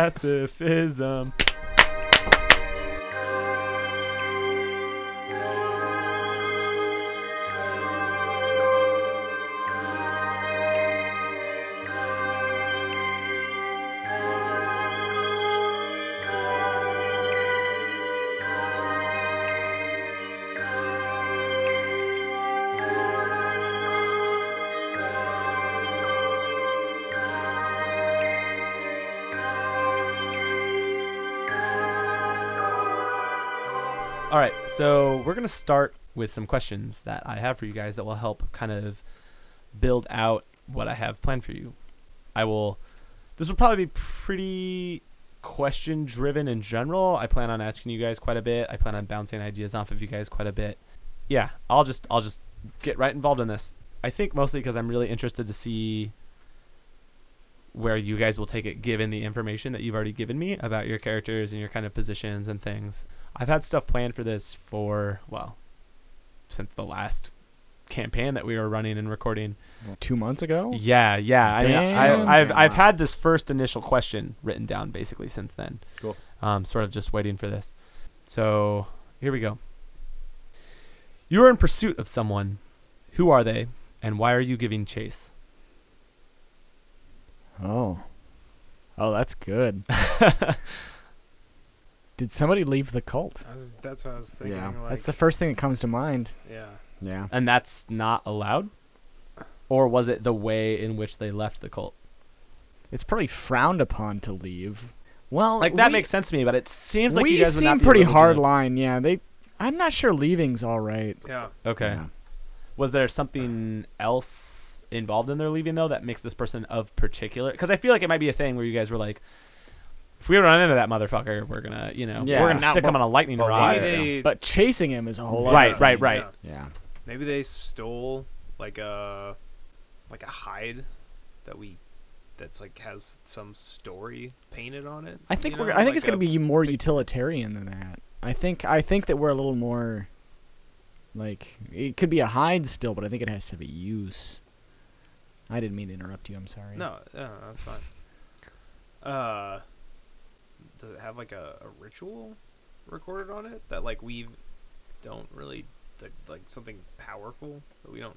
Pacifism. All right, so we're going to start with some questions that I have for you guys that will help kind of build out what I have planned for you. I will, this will probably be pretty question driven in general. I plan on asking you guys quite a bit, I plan on bouncing ideas off of you guys quite a bit. Yeah, I'll just, I'll just get right involved in this. I think mostly because I'm really interested to see where you guys will take it given the information that you've already given me about your characters and your kind of positions and things. I've had stuff planned for this for, well, since the last campaign that we were running and recording. Two months ago? Yeah, yeah. I mean, Oh. Damn. I, I've, I've Wow. had this first initial question written down basically since then. Cool. Um, sort of just waiting for this. So here we go. You are in pursuit of someone. Who are they, and why are you giving chase? Oh. Oh, that's good. Did somebody leave the cult? I was, that's what I was thinking. Yeah. Like, That's the first thing that comes to mind. yeah. Yeah. And that's not allowed? Or was it the way in which they left the cult? It's probably frowned upon to leave. Well, Like that we- makes sense to me, but it seems like we you guys would seem not be pretty able to do hard it. line. Yeah, they. I'm not sure leaving's all right. Yeah. Okay. Yeah. Was there something else involved in their leaving though that makes this person of particular? Because I feel like it might be a thing where you guys were like, if we run into that motherfucker, we're gonna, you know, Yeah. we're gonna Not- stick him on a lightning but rod. why Maybe they, But chasing him is a whole Right, other right, thing. right, right. Yeah. Maybe they stole like a like a hide that we that's like has some story painted on it. I think you know, we're. I think like it's uh, going a- to be more utilitarian than that. I think. I think that we're a little more. Like it could be a hide still, but I think it has to have a use. I didn't mean to interrupt you. I'm sorry. No, no, that's fine. Uh, does it have like a, a ritual recorded on it that like we don't really like, like something powerful that we don't?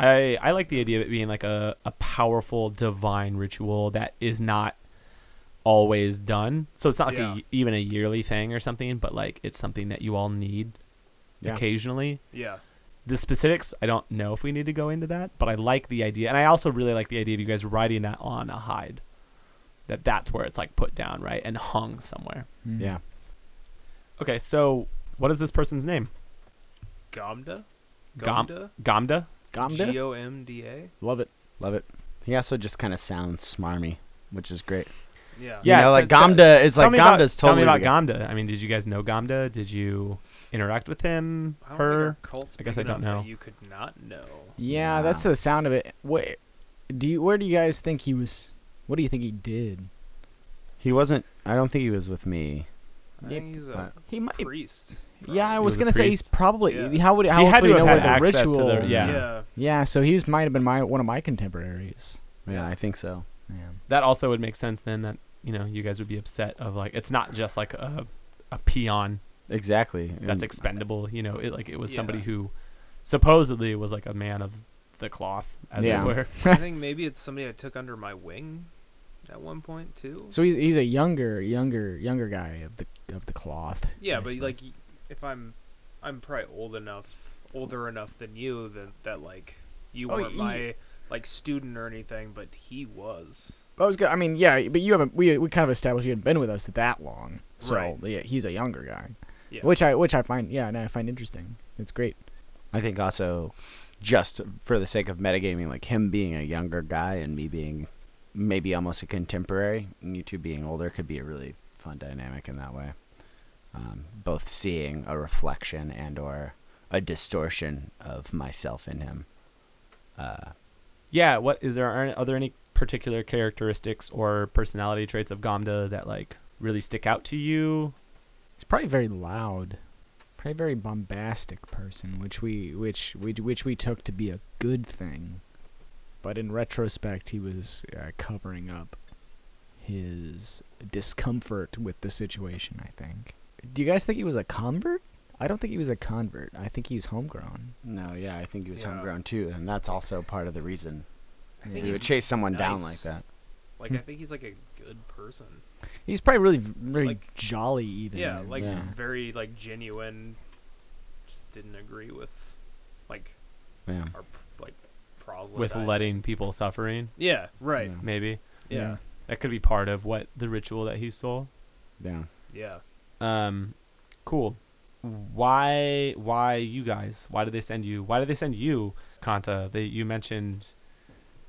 I I like the idea of it being like a, a powerful divine ritual that is not always done. So it's not like Yeah. a, even a yearly thing or something, but like it's something that you all need Yeah. occasionally. Yeah, The specifics, I don't know if we need to go into that, but I like the idea, and I also really like the idea of you guys riding that on a hide. That that's where it's like put down, right, and hung somewhere. Mm. Yeah. Okay, so what is this person's name? Gomda. Gom- Gamda. Gamda. G O M D A. Love it. Love it. He also just kind of sounds smarmy, which is great. Yeah. Yeah, you know, like t- t- Gamda is tell like me about, Gamda's tell me totally. about the guy. Gamda. I mean, did you guys know Gamda? Did you interact with him? I don't think our Her? cult's I guess big I don't enough that know. You could not know. Yeah, Wow. that's the sound of it. Wait, do you? Where do you guys think he was? What do you think he did? He wasn't. I don't think he was with me. I Yep. think he's a Uh, He might. priest. Yeah, I He was, was a gonna say he's priest. probably. Yeah. How would? How He else had would to he know have where had the access to ritual? the- yeah. Yeah. Yeah, so he's might have been my one of my contemporaries. Yeah, I think so. Yeah. That also would make sense then. That you know, you guys would be upset of like it's not just like a a peon Exactly. that's And- expendable. You know, it like it was somebody Yeah. who supposedly was like a man of the cloth, as Yeah. it were. I think maybe it's somebody I took under my wing at one point too. So he's he's a younger, younger, younger guy of the of the cloth. yeah, I but suppose. like y- if I'm I'm probably old enough, older enough than you that that like you Oh, weren't y- my like student or anything, but he was. I was. Gonna, I mean, yeah, but you haven't. We we kind of established you hadn't been with us that long, so Right. yeah, he's a younger guy, Yeah. which I which I find yeah, and I find interesting. It's great. I think also, just for the sake of metagaming, like him being a younger guy and me being maybe almost a contemporary, and you two being older could be a really fun dynamic in that way. Um, both seeing a reflection and or a distortion of myself in him. Uh, yeah what is there are, are there any particular characteristics or personality traits of gamda that like really stick out to you He's probably very loud, probably very bombastic person, which we which we which we took to be a good thing, but in retrospect, he was uh, covering up his discomfort with the situation, I think. Do you guys think he was a convert? I don't think he was a convert. I think he was homegrown. No, yeah, I think he was Yeah. homegrown too, and that's also part of the reason I Yeah. think we he's would chase someone down like nice. that. like Hmm. I think he's like a good person. He's probably really very Like- jolly even. Yeah, like Yeah. very like genuine. Just didn't agree with, like Yeah, our p- like proselytizing. with letting people suffering, Yeah. Right. Yeah. maybe. Yeah. Yeah. That could be part of what the ritual that he stole. yeah. Um, cool. Why? Why you guys? Why did they send you? Why did they send you, Kanta? They you mentioned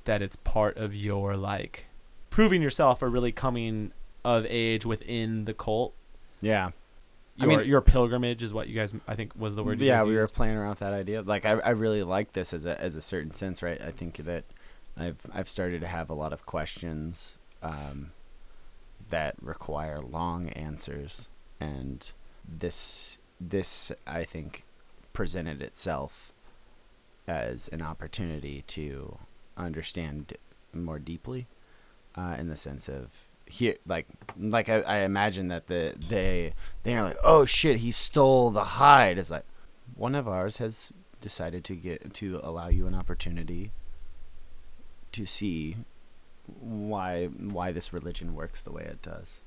that it's part of your like proving yourself or really coming of age within the cult. Yeah, I Your, mean- your pilgrimage is what you guys I think was the word. You yeah, guys we were used. playing around with that idea. Like, I, I really like this as a as a certain sense, right? I think that I've I've started to have a lot of questions um, that require long answers, and this this I think presented itself as an opportunity to understand more deeply, uh, in the sense of here, like like I, I imagine that the they they're like, oh shit, he stole the hide. It's like one of ours has decided to get to allow you an opportunity to see why why this religion works the way it does.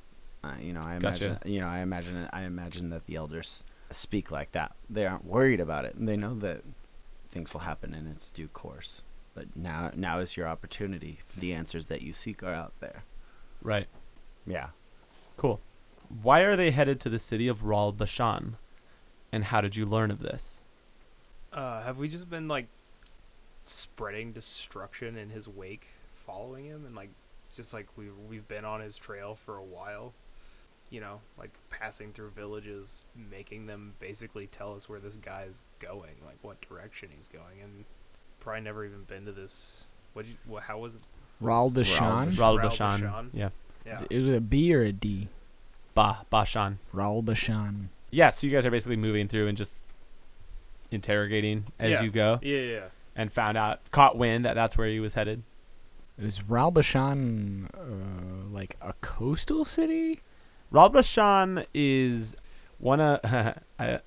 Uh, you know, I imagine. Gotcha. You know, I imagine. I imagine that the elders speak like that. They aren't worried about it. They know that things will happen in its due course. But now, now is your opportunity. The answers that you seek are out there. right. Yeah. Cool. Why are they headed to the city of Ral Bashan? And how did you learn of this? Uh, have we just been like spreading destruction in his wake, following him, and like just like we we've been on his trail for a while, you know, like passing through villages, making them basically tell us where this guy's going, like what direction he's going, and probably never even been to this. What you? wha- how was it? Raul Raoul Deshawn. Ral Ral Bashan. Bashan? Yeah. Yeah. It was a B or a D. Ba Bashan. Raul Bashan. Yeah, so you guys are basically moving through and just interrogating as Yeah. you go Yeah, yeah, yeah. and found out caught wind that that's where he was headed. Is Raul Bashan uh, like a coastal city? Ral Bashan is one of I,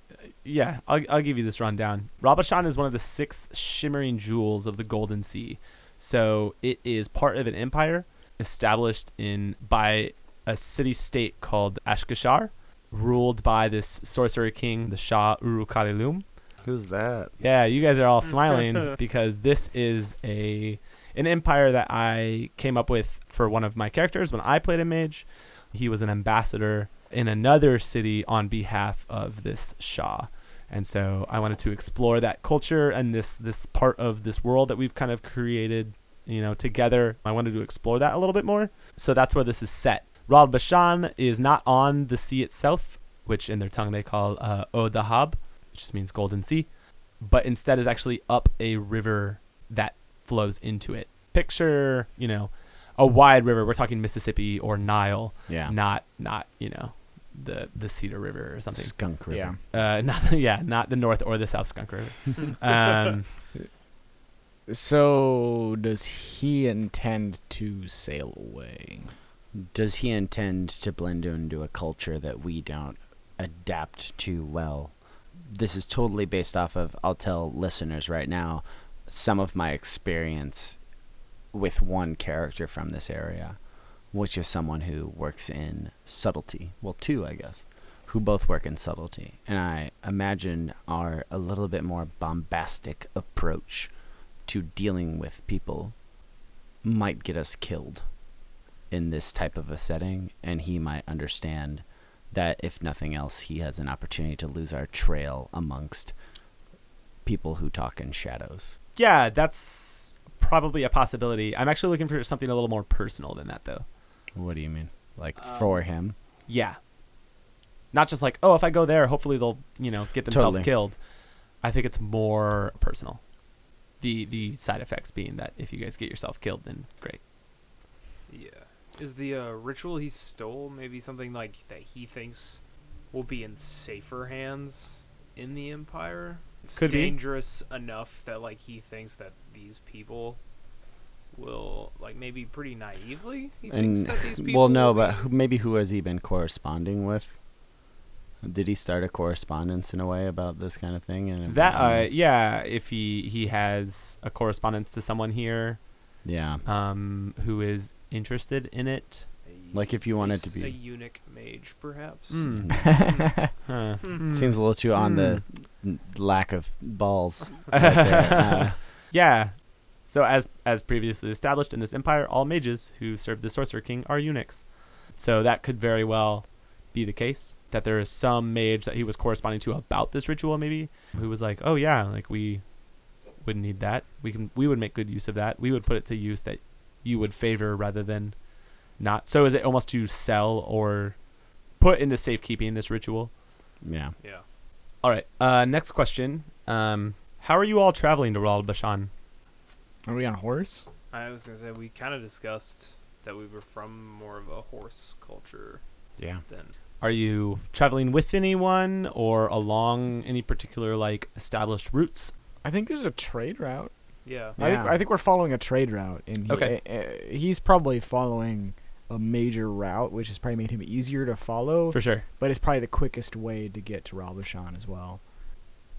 yeah, I'll I'll give you this rundown. Ral Bashan is one of the six shimmering jewels of the Golden Sea. So it is part of an empire established in by a city state called Ashkashar, ruled by this sorcerer king, the Shah Urukalilim. Who's that? Yeah, you guys are all smiling because this is a an empire that I came up with for one of my characters when I played a mage. He was an ambassador in another city on behalf of this Shah. And so I wanted to explore that culture and this this part of this world that we've kind of created, you know, together. I wanted to explore that a little bit more. So that's where this is set. Rad Bashan is not on the sea itself, which in their tongue they call uh, Odahab, which just means golden sea but instead is actually up a river that flows into it. Picture, you know, a wide river. We're talking Mississippi or Nile, Yeah. not not you know, the the Cedar River or something. Skunk River. Yeah. Uh, not yeah, not the North or the South Skunk River. um, So does he intend to sail away? Does he intend to blend into a culture that we don't adapt to well? This is totally based off of, I'll tell listeners right now, some of my experience with one character from this area, which is someone who works in subtlety. Well, two, I guess, who both work in subtlety. And I imagine are a little bit more bombastic approach to dealing with people might get us killed in this type of a setting, and he might understand that if nothing else, he has an opportunity to lose our trail amongst people who talk in shadows. yeah, that's probably a possibility. I'm actually looking for something a little more personal than that, though. What do you mean? Like Um, for him? Yeah, not just like oh, if I go there, hopefully they'll you know get themselves Totally. killed. I think it's more personal. The the side effects being that if you guys get yourself killed, then great. Yeah. Is the uh, ritual he stole maybe something like that he thinks will be in safer hands in the Empire? It's Could be. dangerous enough that like he thinks that these people will like maybe pretty naively he thinks And that these people well, no, will but be- who- maybe who has he been corresponding with? Did he start a correspondence in a way about this kind of thing? And That uh, everyone yeah, if he he has a correspondence to someone here else- yeah, um, who is interested in it. like if you wanted to He's a be, eunuch mage, perhaps. Mm. Huh. seems a little too on the n- lack of balls. right there. Uh, Yeah. So as as previously established in this empire, all mages who serve the sorcerer king are eunuchs. So that could very well be the case that there is some mage that he was corresponding to about this ritual maybe who was like, "Oh yeah, like we would need that. We can we would make good use of that. We would put it to use that you would favor rather than not." So is it almost to sell or put into safekeeping this ritual? yeah, Yeah. All right. Uh next question. Um how are you all traveling to Rald Bashan? Are we on horse? I was gonna say we kind of discussed that we were from more of a horse culture yeah. than Are you traveling with anyone or along any particular like established routes? I think there's a trade route. yeah. I think Yeah. I think we're following a trade route, and he, Okay. uh, uh, he's probably following a major route, which has probably made him easier to follow, For sure. but it's probably the quickest way to get to Rabashan as well.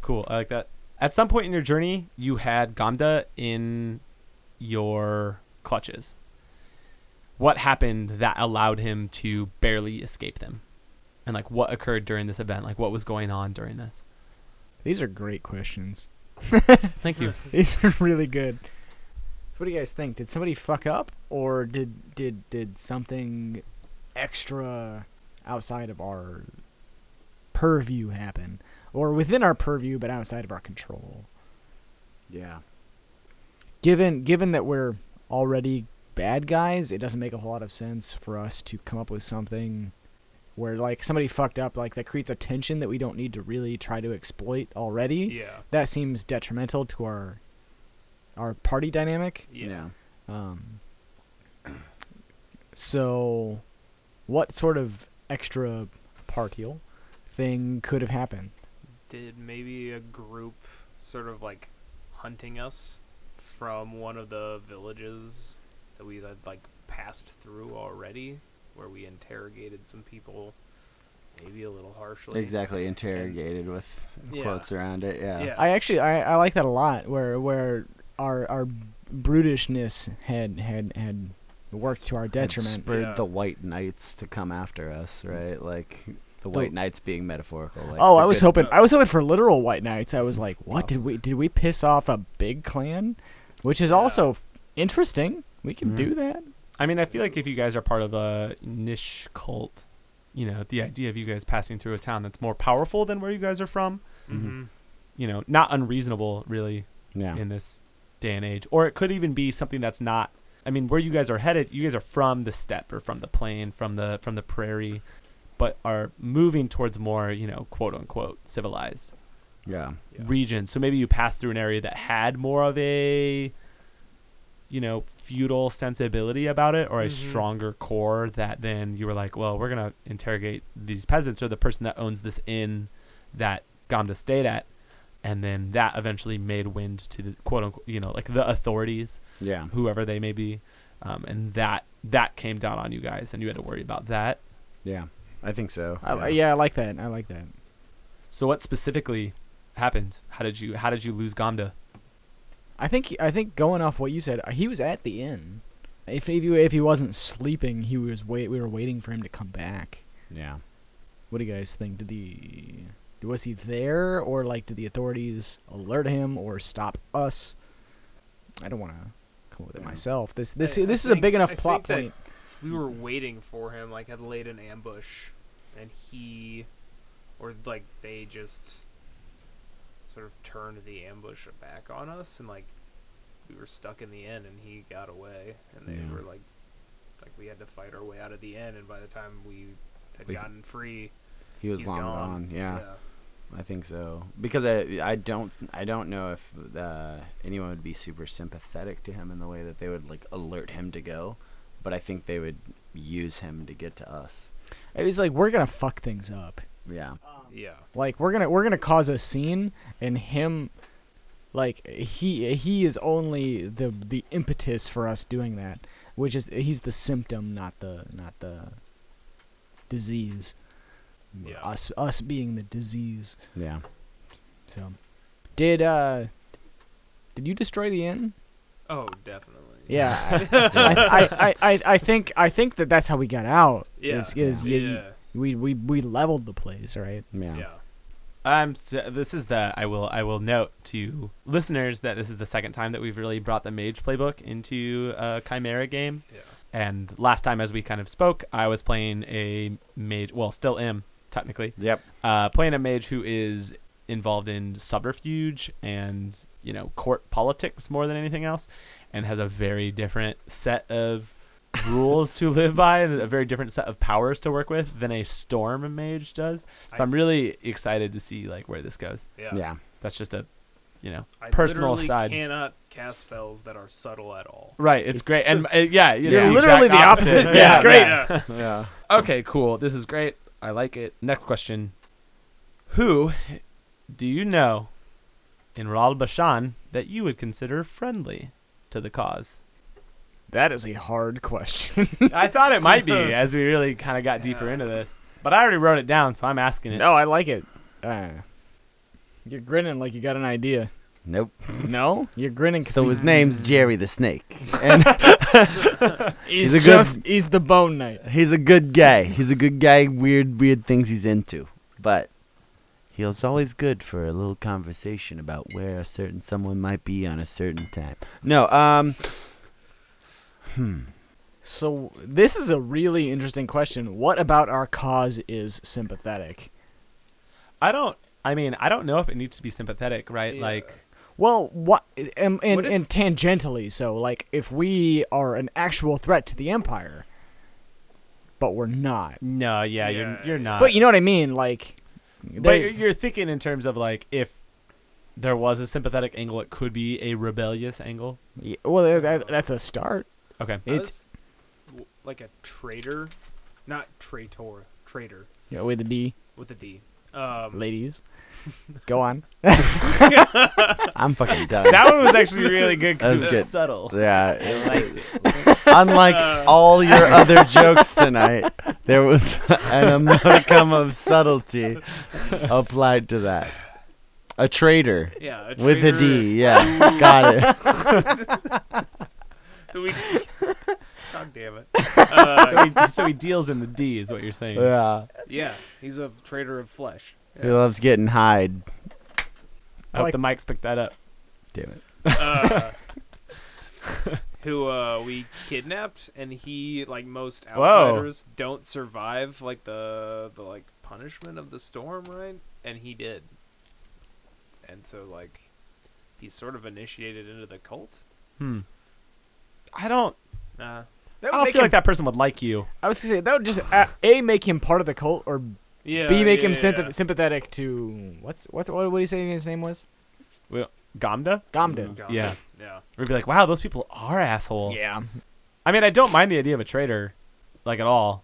Cool. I like that. At some point in your journey, you had Gamda in your clutches. What happened that allowed him to barely escape them? And like what occurred during this event? Like what was going on during this? These are great questions. Thank you. These are really good. So what do you guys think? Did somebody fuck up, or did did did something extra outside of our purview happen, or within our purview but outside of our control? Yeah. Given given that we're already bad guys, it doesn't make a whole lot of sense for us to come up with something where like somebody fucked up, like that creates a tension that we don't need to really try to exploit already Yeah. that seems detrimental to our our party dynamic. Yeah. Um, so, what sort of extra partial thing could have happened? Did maybe a group sort of like hunting us from one of the villages that we had like passed through already, where we interrogated some people, maybe a little harshly. Exactly. Interrogated with Yeah. quotes around it. Yeah. Yeah. I actually I, I like that a lot. Where where our our brutishness had had had worked to our Had detriment. spurred Yeah. the white knights to come after us, right? Like the The- white knights being metaphorical. Like uh, Mm-hmm. oh, the I was good- hoping I was hoping for literal white knights. I was like, what Wow. did we did we piss off a big clan, which is also f- interesting. We can Mhm. do that. I mean, I feel like if you guys are part of a niche cult, you know, the idea of you guys passing through a town that's more powerful than where you guys are from, hmm you know, not unreasonable really Yeah. in this day and age. Or it could even be something that's not. I mean, where you guys are headed, you guys are from the steppe or from the plain, from the from the prairie, but are moving towards more, you know, quote unquote civilized yeah. Yeah. regions. So maybe you pass through an area that had more of a you know, feudal sensibility about it or a Mhm. stronger core that then you were like, well, we're going to interrogate these peasants or the person that owns this inn that Gamda stayed at. And then that eventually made wind to the quote unquote, you know, like the authorities, Yeah. whoever they may be. Um, and that that came down on you guys and you had to worry about that. Yeah. I think so. I, yeah. I like that. I like that. So what specifically happened? How did you how did you lose Gamda? I think he- I think going off what you said, uh, he was at the inn. If if you if he wasn't sleeping, he was wait. We were waiting for him to come back. Yeah. What do you guys think? Did the was he there or like did the authorities alert him or stop us? I don't want to come up with it Yeah. myself. This this I- I this is a think- big enough I plot think that- point. we were waiting for him, like had laid an ambush, and he, or like they just sort of turned the ambush back on us, and like we were stuck in the inn, and he got away, and they Yeah. were like, like we had to fight our way out of the inn, and by the time we had We- gotten free, He was he's long gone. gone. Yeah, I think so. Because I I don't I don't know if uh, anyone would be super sympathetic to him in the way that they would like alert him to go, but I think they would use him to get to us. It was like we're gonna fuck things up. Yeah. yeah, Like we're gonna we're gonna cause a scene, and him Like he he is only the the impetus for us doing that, which is he's the symptom, not the not the disease. Yeah. Us us being the disease. Yeah. So, did uh, did you destroy the inn? Oh, definitely. Yeah, I, I, I, I, I think I think that that's how we got out. Yeah. is, is yeah. you- you- we we we leveled the place, right? Yeah. yeah. I'm. s Um, this is the. I will. I will note to listeners that this is the second time that we've really brought the mage playbook into a chimera game. Yeah. And last time, as we kind of spoke, I was playing a mage. Well, still am technically Yep. uh, playing a mage who is involved in subterfuge and you know court politics more than anything else, and has a very different set of rules to live by and a very different set of powers to work with than a storm mage does. So I- I, am really excited to see like where this goes. Yeah. Yeah. That's just a you know I personal literally side. cannot cast spells that are subtle at all. Right, it's great, and uh, yeah, it's You're the literally exact the opposite. That's Yeah, great. yeah. Yeah. Yeah. Okay, cool. This is great. I like it. Next question. Who do you know in Ral Bashan that you would consider friendly to the cause? That is a hard question. I thought it might be as we really kind of got deeper Yeah. into this, but I already wrote it down, so I'm asking it. no, I like it. Uh, you're grinning like you got an idea. Nope. No, you're grinning. 'cause So we- his name's Jerry the Snake, and he's, he's a good- just he's the bone knight. he's a good guy. He's a good guy. Weird, weird things he's into, but he's always good for a little conversation about where a certain someone might be on a certain time. No. Um. So this is a really interesting question. What about our cause is sympathetic? I don't. I mean, I don't know if it needs to be sympathetic, right? Yeah. Like, Well, what and and, What if- and tangentially, so like if we are an actual threat to the empire, but we're not. no, yeah, you're Yeah. you're not. but you know what I mean, like. but there's- you're- you're thinking in terms of like if there was a sympathetic angle, it could be a rebellious angle. Yeah, well, that, that's a start. Okay. It's Us, w- like a traitor, not traitor, traitor yeah, with a D, with a D. Um, ladies. Go on. I'm fucking done. That one was actually really good because That it was was good. subtle. yeah. I liked it. Unlike all your other jokes tonight, there was an amalgam of subtlety applied to that. A traitor yeah, a with a traitor D, yeah, got it. who we- God damn it. Uh, So he, so he deals in the D, is what you're saying. Yeah, yeah, he's a traitor of flesh. he loves getting hide. I hope Like- the mics picked that up. Damn it. Uh, who uh, we kidnapped, and he like most Whoa. outsiders don't survive like the the like punishment of the storm, right? And he did, and so like he's sort of initiated into the cult. Hmm. I don't. Uh, That I don't feel like that person would like you. I was gonna say that would just a, a make him part of the cult, or b yeah, make yeah, him sympath- yeah. sympathetic to what's what's what what do you say his name was? Gamda? Gamda. God, Yeah. yeah, We'd be like, wow, those people are assholes. Yeah, I mean, I don't mind the idea of a traitor, like at all.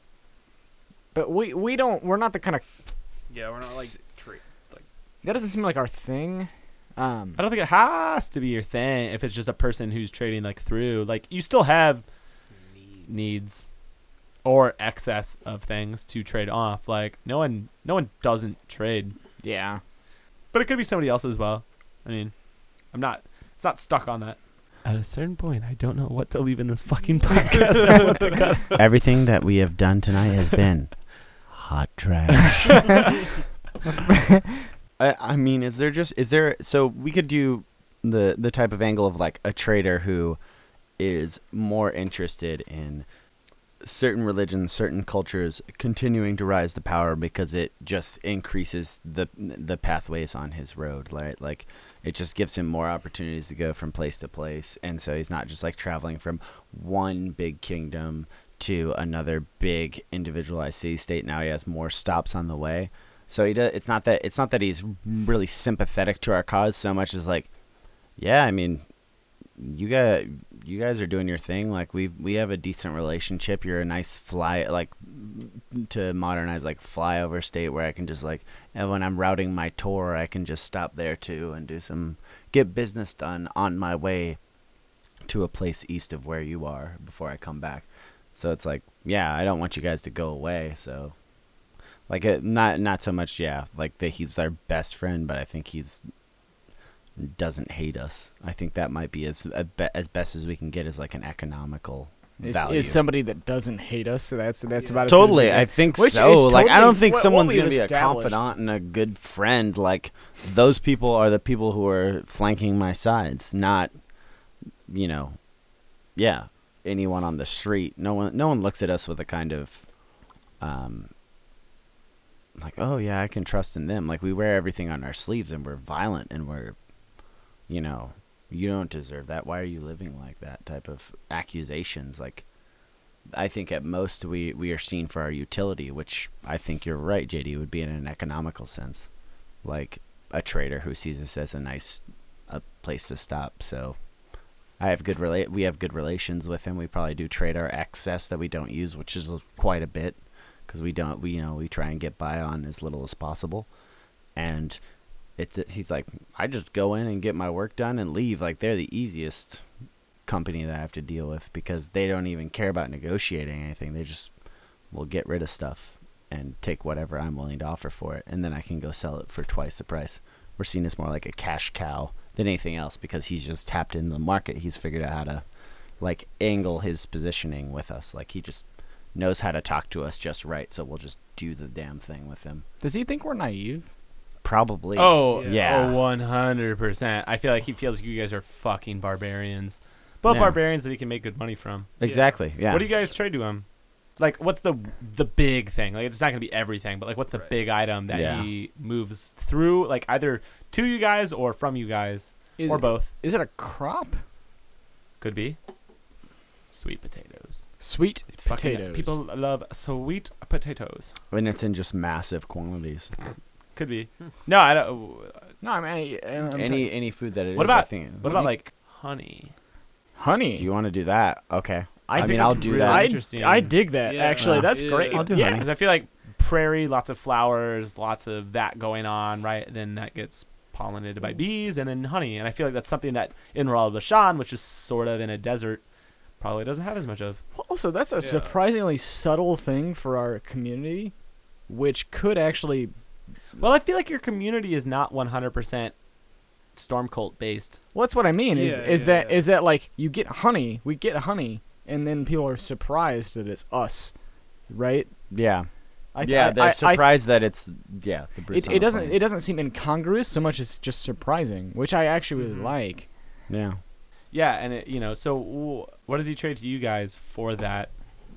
but we we don't we're not the kind of yeah. We're not like S- treat like that doesn't seem like our thing. Um, I don't think it has to be your thing if it's just a person who's trading like through. Like you still have needs. needs or excess of things to trade off. Like no one, no one doesn't trade. yeah, But it could be somebody else as well. I mean, I'm not. It's not stuck on that. At a certain point, I don't know what to leave in this fucking podcast. and what to cut. Everything that we have done tonight has been hot trash. I, I mean, is there just is there so we could do the the type of angle of like a trader who is more interested in certain religions, certain cultures continuing to rise to power because it just increases the the pathways on his road, right? Like it just gives him more opportunities to go from place to place, and so he's not just like traveling from one big kingdom to another big individualized city state. Now he has more stops on the way, so he does. It's not that it's not that he's really sympathetic to our cause so much as like, yeah, I mean, you got you guys are doing your thing. Like we we have a decent relationship. You're a nice fly like to modernize like flyover state where I can just like and when I'm routing my tour I can just stop there too and do some get business done on my way to a place east of where you are before I come back. So it's like, yeah, I don't want you guys to go away, so like it, not not so much, yeah, like that he's our best friend, but I think he's doesn't hate us. I think that might be as a be- as best as we can get is like an economical Is, value. is somebody that doesn't hate us, so that's that's Yeah. about as good as we Totally, get. I think Which so. is like, I totally don't think what- what someone's we've going to be a established. confidant and a good friend. Like, those people are the people who are flanking my sides, not, you know, yeah, anyone on the street. No one, no one looks at us with a kind of, um, like, oh yeah, I can trust in them. Like, we wear everything on our sleeves, and we're violent, and we're, you know, you don't deserve that. Why are you living like that? Type of accusations, like. I think at most we, we are seen for our utility, which I think you're right, JD, would be in an economical sense, like a trader who sees us as a nice a place to stop. So I have good rela- we have good relations with him. We probably do trade our excess that we don't use, which is quite a bit, because we don't we you know we try and get by on as little as possible, and it's he's like I just go in and get my work done and leave. Like they're the easiest company that I have to deal with because they don't even care about negotiating anything. They just will get rid of stuff and take whatever I'm willing to offer for it, and then I can go sell it for twice the price. We're seen as more like a cash cow than anything else because he's just tapped into the market. He's figured out how to like angle his positioning with us. Like he just knows how to talk to us just right, so we'll just do the damn thing with him. Does he think we're naive? Probably. Oh Yeah. yeah, one hundred percent. I feel like he feels you guys are fucking barbarians, but Yeah. barbarians that he can make good money from. exactly. Yeah. What do you guys trade to him? Like, what's the the big thing? Like, it's not gonna be everything, but like, what's the Right. big item that Yeah. he moves through? Like, either to you guys or from you guys Is or it, both. Is it a crop? Could be sweet potatoes. Sweet Fucking potatoes. people love sweet potatoes. when it's in just massive quantities. Could be. Hmm. No, I don't. No, I mean, I, I'm any ta- any food that it is. What I about- think- What about like honey? honey. Do you want to do that? Okay. I I, think mean, that's I'll do really- that. I, interesting. I dig that Yeah. actually. Yeah. That's Yeah. great. I'll do yeah. honey. Because I feel like prairie, lots of flowers, lots of that going on, right? Then that gets pollinated by bees, and then honey. And I feel like that's something that in Raul Bashan, which is sort of in a desert, probably doesn't have as much of. Also, that's a Yeah. surprisingly subtle thing for our community, which could actually. Well, I feel like your community is not 100% storm cult based. Well, that's what I mean. Is Yeah, is yeah, that is yeah. that like you get honey? We get honey, and then people are surprised that it's us, right? Yeah. I, yeah, I- they're I- I- surprised that it's yeah. The Bruce it, it doesn't it doesn't seem incongruous so much as just surprising, which I actually really Mhm. like. Yeah. Yeah, and it, you know, so w- what does he trade to you guys for that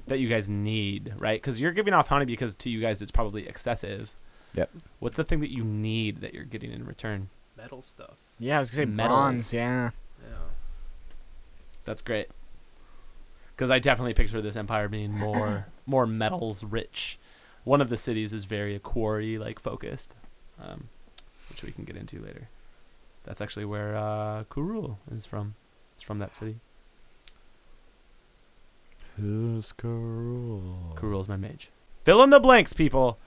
that you guys need, right? Because you're giving off honey because to you guys it's probably excessive. Yep. What's the thing that you need that you're getting in return? metal stuff. Yeah, I was gonna say Metals. bronze. Yeah, Yeah. That's great. Because I definitely picture this empire being more more metals rich. One of the cities is very quarry like focused, um, which we can get into later. That's actually where uh, Kurul is from. It's from that city. Who's Karul? Kurul's my mage. Fill in the blanks, people.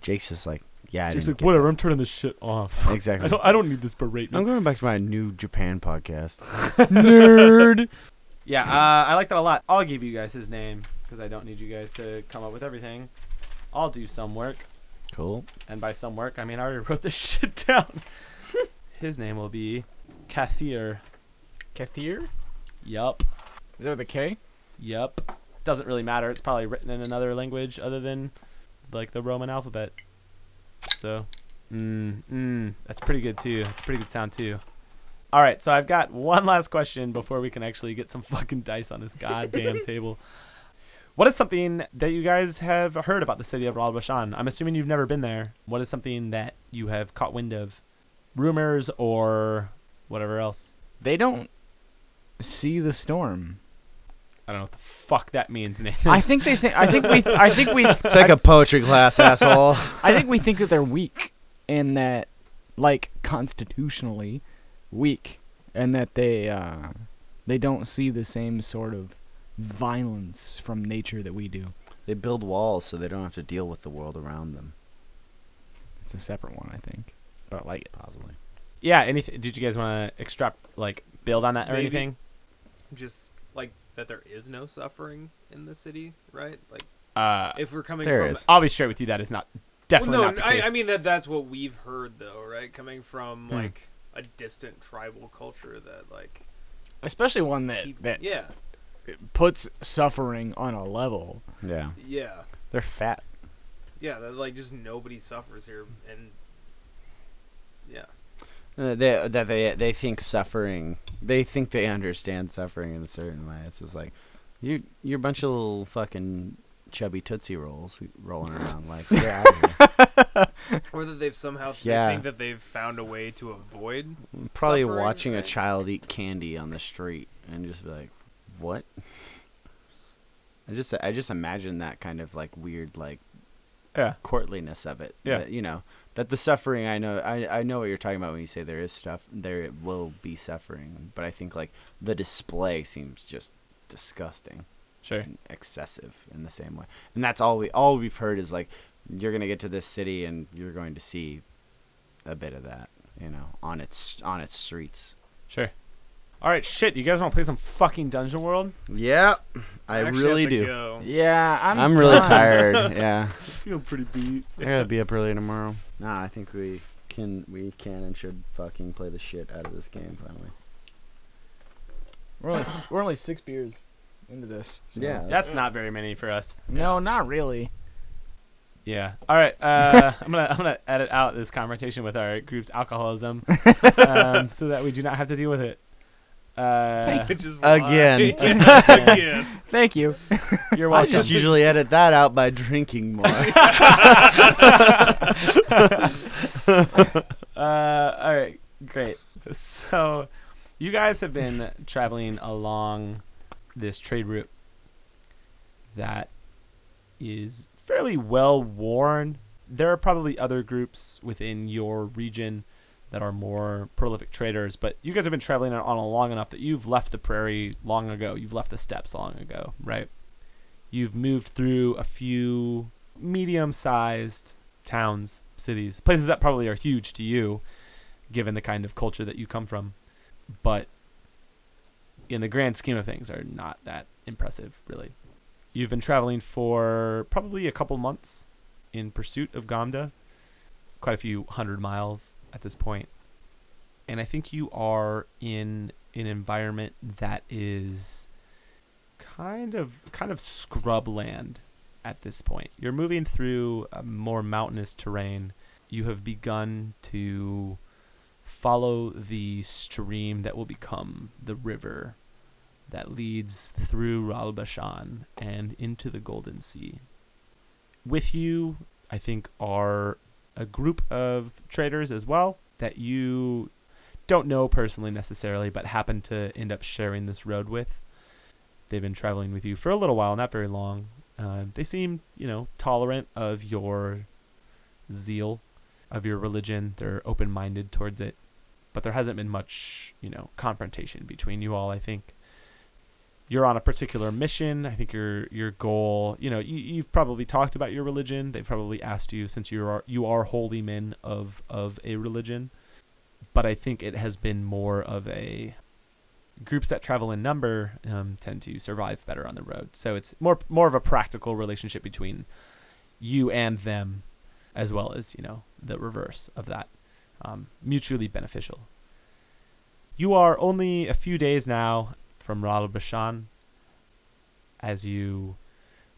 Jake's just like yeah. I Just didn't like get whatever. I'm turning this shit off. that. Exactly. I don't. I don't need this berate. I'm going back to my new Japan podcast. nerd. Yeah, uh, I like that a lot. I'll give you guys his name because I don't need you guys to come up with everything. I'll do some work. Cool. and by some work I mean I already wrote this shit down. His name will be Kathir. Kathir, Yup, is that the K? yup. Doesn't really matter. It's probably written in another language other than like the Roman alphabet. So, mm, mm, that's pretty good too. That's a pretty good sound too. All right, so I've got one last question before we can actually get some fucking dice on this goddamn table. What is something that you guys have heard about the city of Al Bashan? I'm assuming you've never been there. What is something that you have caught wind of? Rumors or whatever else? They don't see the storm. I don't know what the fuck that means, Nathan. I think they think. I think we. I think we. Take a poetry class, asshole. I think we think that they're weak, and that, like constitutionally, weak, and that they uh, they don't see the same sort of violence from nature that we do. They build walls so they don't have to deal with the world around them. It's a separate one, I think. But I like it. Possibly. Yeah. Anything? Did you guys want to extract like build on that or Maybe. anything? Just like that, there is no suffering in the city, right? Like Uh, if we're coming There from is. I'll be straight with you. That is not definitely well, not no, the case. I, I mean that that's what we've heard though, right? Coming from Hmm. like a distant tribal culture that like Especially one that, keep- that yeah puts suffering on a level. Yeah. yeah They're fat. yeah that like just nobody suffers here and yeah Uh, they that they they think suffering. They think they understand suffering in a certain way. It's just like you you're a bunch of little fucking chubby tootsie rolls rolling around like get out of here. or that they've somehow they Yeah. think that they've found a way to avoid probably Suffering, watching a right? child eat candy on the street and just be like, "What?" I just I just imagine that kind of like weird like yeah. courtliness of it. Yeah. that, you know that the suffering. I know I I know what you're talking about when you say there is stuff. There will be suffering, but I think like the display seems just disgusting Sure. and excessive in the same way. And that's all we all we've heard is like you're gonna get to this city and you're going to see a bit of that, you know, on its on its streets. Sure. All right. Shit. You guys want to play some fucking Dungeon World? Yeah, I actually uh, have really to do. go. Yeah, I'm. I'm really tired. Yeah, Feel pretty beat. I gotta be up early tomorrow. Nah, I think we can we can and should fucking play the shit out of this game finally. We're only s- we're only six beers into this. so- Uh, Yeah. That's not very many for us. No, not really. Yeah. All right. Uh, I'm gonna I'm gonna edit out this confrontation with our group's alcoholism, um, so that we do not have to deal with it. Uh, Which is Again. why- Yeah, again Thank you. you're I welcome. just usually edit that out by drinking more. Uh, all right, great. So, you guys have been traveling along this trade route that is fairly well worn. There are probably other groups within your region that are more prolific traders, but you guys have been traveling on a long enough that you've left the prairie long ago. You've left the steppes long ago, right? You've moved through a few medium-sized towns, cities, places that probably are huge to you, given the kind of culture that you come from, but in the grand scheme of things, are not that impressive, really. You've been traveling for probably a couple months in pursuit of Gamda, quite a few hundred miles at this point, and I think you are in an environment that is kind of kind of scrubland at this point. You're moving through a more mountainous terrain. You have begun to follow the stream that will become the river that leads through Ral Bashan and into the Golden Sea. With you, I think, are a group of traders as well that you don't know personally necessarily, but happen to end up sharing this road with. They've been traveling with you for a little while, not very long, uh, they seem, you know, tolerant of your zeal, of your religion. They're open minded towards it. But there hasn't been much, you know, confrontation between you all, I think. You're on a particular mission. I think your your goal, you know, you, you've probably talked about your religion. They've probably asked you since you are you are holy men of of a religion. But I think it has been more of a groups that travel in number um, tend to survive better on the road. So it's more more of a practical relationship between you and them, as well as you know the reverse of that, um, mutually beneficial. You are only a few days now from Ral Bashan as you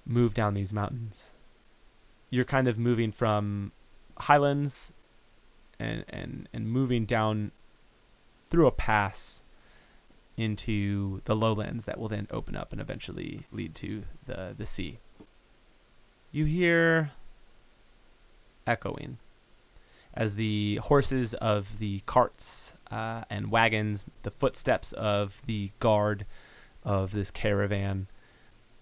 move down these mountains. You're kind of moving from highlands and, and, and moving down through a pass into the lowlands that will then open up and eventually lead to the, the sea. You hear echoing as the horses of the carts uh, and wagons, the footsteps of the guard of this caravan,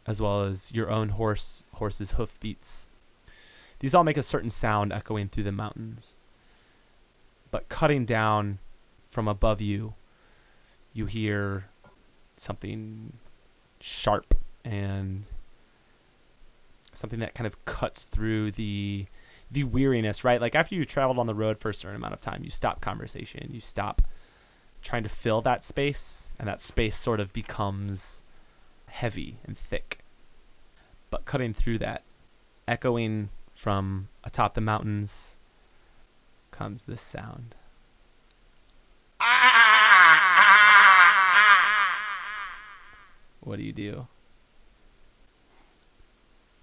as well as your own horse horse's hoofbeats. These all make a certain sound echoing through the mountains. But cutting down from above you you hear something sharp and something that kind of cuts through the the weariness, right? Like after you traveled on the road for a certain amount of time, you stop conversation, you stop trying to fill that space, and that space sort of becomes heavy and thick. But cutting through that, echoing from atop the mountains, comes this sound. What do you do?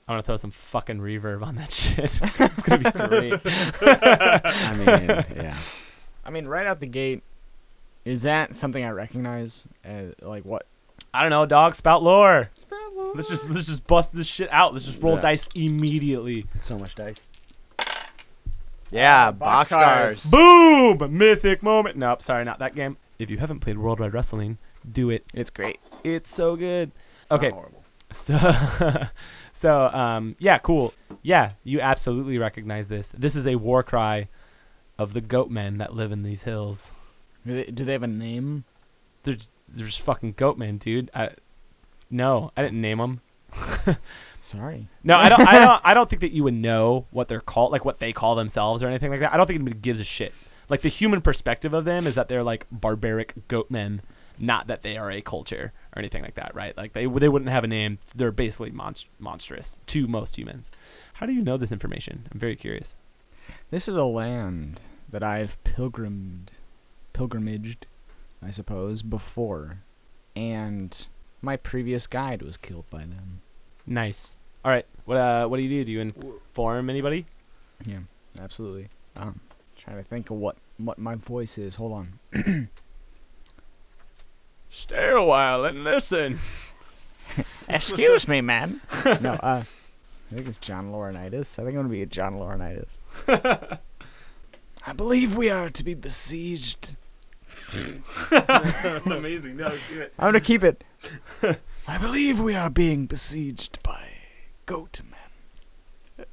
I'm gonna throw some fucking reverb on that shit. it's gonna be great. I mean, yeah. I mean, right out the gate, is that something I recognize? As, like what? I don't know, dog. Spout lore. Let's just let's just bust this shit out. Let's just roll Yeah. dice immediately. So much dice. Yeah, box boxcars. cars. Boom! Mythic moment. Nope, sorry, not that game. If you haven't played Worldwide Wrestling, do it. It's great. It's so good. It's not Okay. horrible. So, so um, yeah, cool. Yeah, you absolutely recognize this. This is a war cry of the goat men that live in these hills. Do they, do they have a name? They're just, they're just fucking goat men, dude. I, no, I didn't name them. Sorry. No, I don't. I don't. I don't think that you would know what they're called, like what they call themselves or anything like that. I don't think anybody gives a shit. Like the human perspective of them is that they're like barbaric goat men, not that they are a culture or anything like that, right? Like they they wouldn't have a name. They're basically monst- monstrous to most humans. How do you know this information? I'm very curious. This is a land that I've pilgrimed, pilgrimaged, I suppose, before, and my previous guide was killed by them. Nice. All right. What uh what do you do? Do you inform anybody? Yeah, absolutely. Um, trying to think of what what my voice is. Hold on. Stay a while and listen. Excuse me, ma'am. no, uh, I think it's John Laurinaitis. I think I'm gonna be a John Laurinaitis. I believe we are to be besieged. That's amazing. No, do it. I'm gonna keep it. I believe we are being besieged by goat men.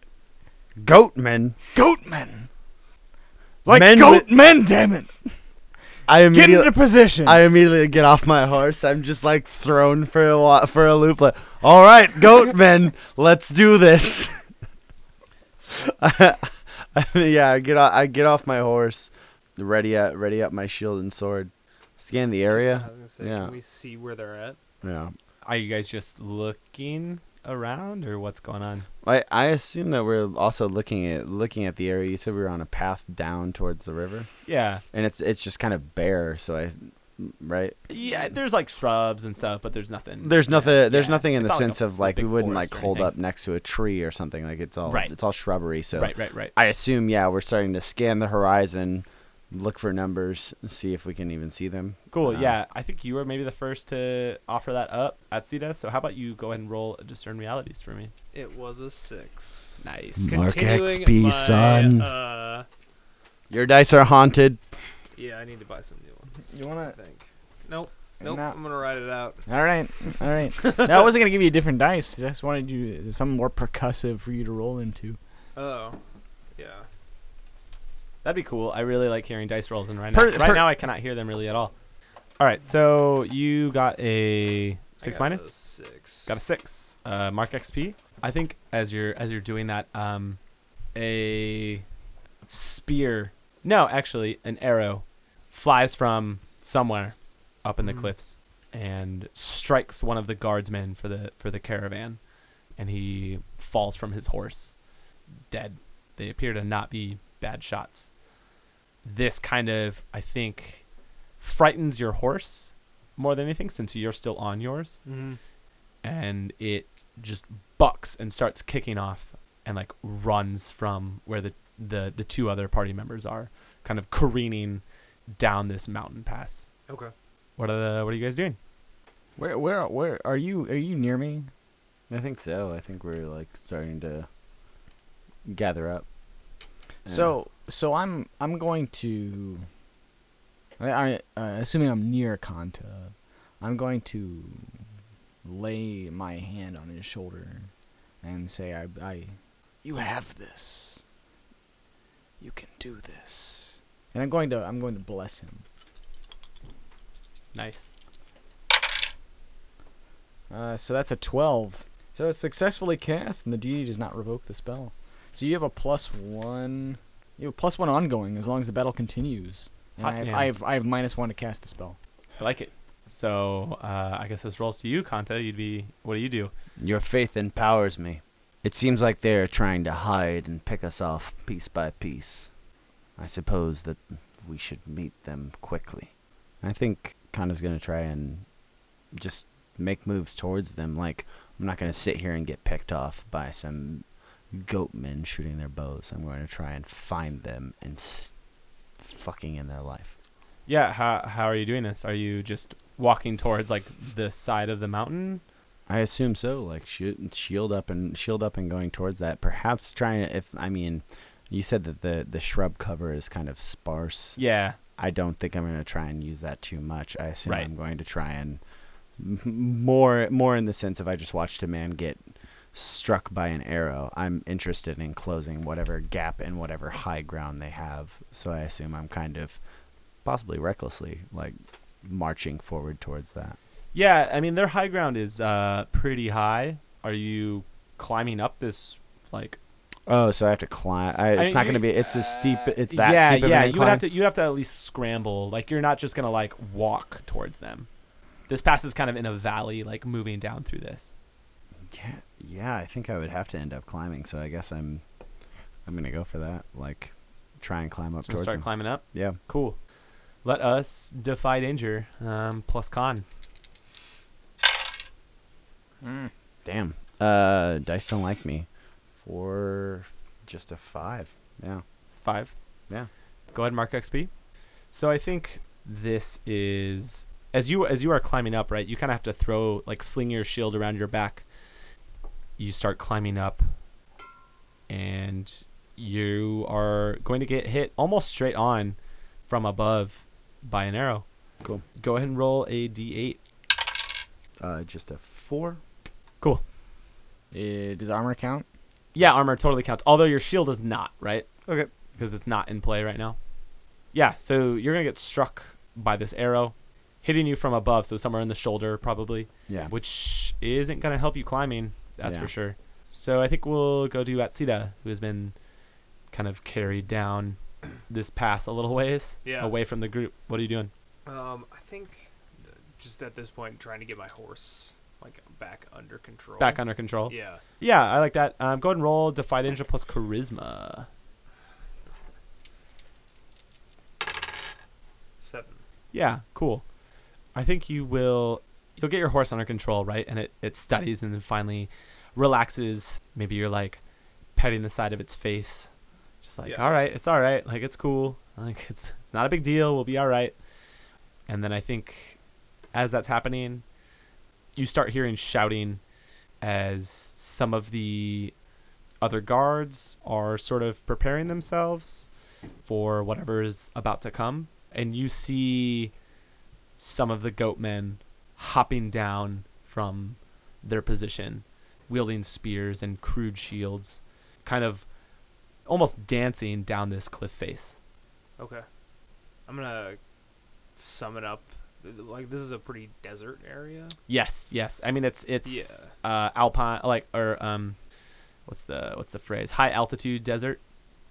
Goatman. Goat men. Like Men goat with- men, damn it! I Get immediately, into position. I immediately get off my horse. I'm just like thrown for a wa- for a loop. Like, all right, Goatman, let's do this. I- yeah, I get off, I get off my horse, ready up, ready up my shield and sword. Scan the I area. was gonna say, Yeah. can we see where they're at? Yeah. Are you guys just looking around or what's going on? I, I assume that we're also looking at looking at the area. You said we were on a path down towards the river, Yeah. and it's it's just kind of bare. So I, right? Yeah, there's like shrubs and stuff, but there's nothing. There's nothing. There's yeah. nothing in It's not the like a- sense a of like we big wouldn't forest like or hold anything. up next to a tree or something. Like it's all Right. It's all shrubbery. So Right, right, right. I assume yeah, we're starting to scan the horizon, look for numbers, see if we can even see them. Cool. Uh, yeah, I think you were maybe the first to offer that up at CETA. So how about you go ahead and roll a discern realities for me? Hmm. It was a six. Nice. Mark Continuing XP, my, son. Uh, Your dice are haunted. yeah, I need to buy some new ones. you I wanna? think. Nope. Nope. Nah. I'm gonna write it out. All right, all right. no, I wasn't gonna give you different dice. I just wanted you something more percussive for you to roll into. Oh. Yeah. That'd be cool. I really like hearing dice rolls, and right Per- now, right per- now I cannot hear them really at all. All right, so you got a six I got a minus. six. Got a six. Uh, mark XP. I think as you're as you're doing that, um, a spear. No, actually, an arrow flies from somewhere up in the Mhm. cliffs and strikes one of the guardsmen for the for the caravan, and he falls from his horse, dead. They appear to not be bad shots. This kind of, I think, frightens your horse more than anything, since you're still on yours Mm-hmm. and it just bucks and starts kicking off and like runs from where the the, the two other party members are kind of careening down this mountain pass Okay. what are the what are you guys doing Where, where, where are you? Are you near me? I think so. I think we're like starting to gather up. Yeah. So, so I'm, I'm going to. I, I uh, assuming I'm near Kanta, I'm going to lay my hand on his shoulder and say, "I, I, you have this. You can do this." And I'm going to, I'm going to bless him. nice Uh, so that's a 12. So it's successfully cast, and the deity does not revoke the spell. So you have a plus one. You have a plus one ongoing as long as the battle continues. And Hot I, have, damn. I have I have minus one to cast the spell. I like it. So uh, I guess this rolls to you, Kanta. You'd be. What do you do? Your faith empowers me. It seems like they're trying to hide and pick us off piece by piece. I suppose that we should meet them quickly. I think Kanda's going to try and just make moves towards them. Like, I'm not going to sit here and get picked off by some goatmen shooting their bows. I'm going to try and find them and s- fucking in their life. Yeah. How how are you doing this? Are you just walking towards like the side of the mountain? I assume so. Like shoot, shield up and shield up and going towards that. Perhaps trying to. If I mean, you said that the the shrub cover is kind of sparse. Yeah. I don't think I'm going to try and use that too much. I assume Right. I'm going to try and m- more more in the sense of I just watched a man get struck by an arrow. I'm interested in closing whatever gap and whatever high ground they have. So I assume I'm kind of possibly recklessly like marching forward towards that. Yeah. I mean, their high ground is uh, pretty high. Are you climbing up this like? Oh, so I have to climb. I, it's mean, not you- going to be. It's a steep. It's that yeah. steep. of an yeah. You would have incline? to. You would have to at least scramble. Like you're not just gonna like walk towards them. This pass is kind of in a valley, like moving down through this. Yeah, yeah. I think I would have to end up climbing. So I guess I'm. I'm going to go for that. Like, try and climb up So towards start him. climbing up. yeah. Cool. Let us defy danger. Um, plus con. Mm. Damn. Uh, dice don't like me. For just a five. Yeah. Five. Yeah. Go ahead, and mark XP. So I think this is as you as you are climbing up, right? You kind of have to throw like sling your shield around your back. You start climbing up, and you are going to get hit almost straight on from above by an arrow. Cool. Go ahead and roll a d8. Uh, just a four. Cool. Uh, does armor count? Yeah, armor totally counts. Although your shield is not, right? Okay. because it's not in play right now. Yeah, so you're gonna get struck by this arrow, hitting you from above, so somewhere in the shoulder probably, Yeah. which isn't gonna help you climbing. That's Yeah. for sure. So I think we'll go to Atsida, who has been kind of carried down this pass a little ways Yeah. away from the group. What are you doing? Um, I think uh, just at this point, trying to get my horse like back under control. Back under control. Yeah, Yeah. I like that. Um, go ahead and roll Defy Danger plus Charisma. Seven. Yeah, cool. I think you will you'll get your horse under control, right? And it, it studies and then finally relaxes. Maybe you're like petting the side of its face. Just like, Yeah. all right, it's all right, like it's cool. Like it's it's not a big deal, we'll be all right. And then I think as that's happening, you start hearing shouting as some of the other guards are sort of preparing themselves for whatever is about to come. And you see some of the goatmen hopping down from their position, wielding spears and crude shields, kind of almost dancing down this cliff face. Okay. I'm gonna sum it up. Like this is a pretty desert area. Yes, yes. I mean it's it's uh alpine like or um what's the what's the phrase? High altitude desert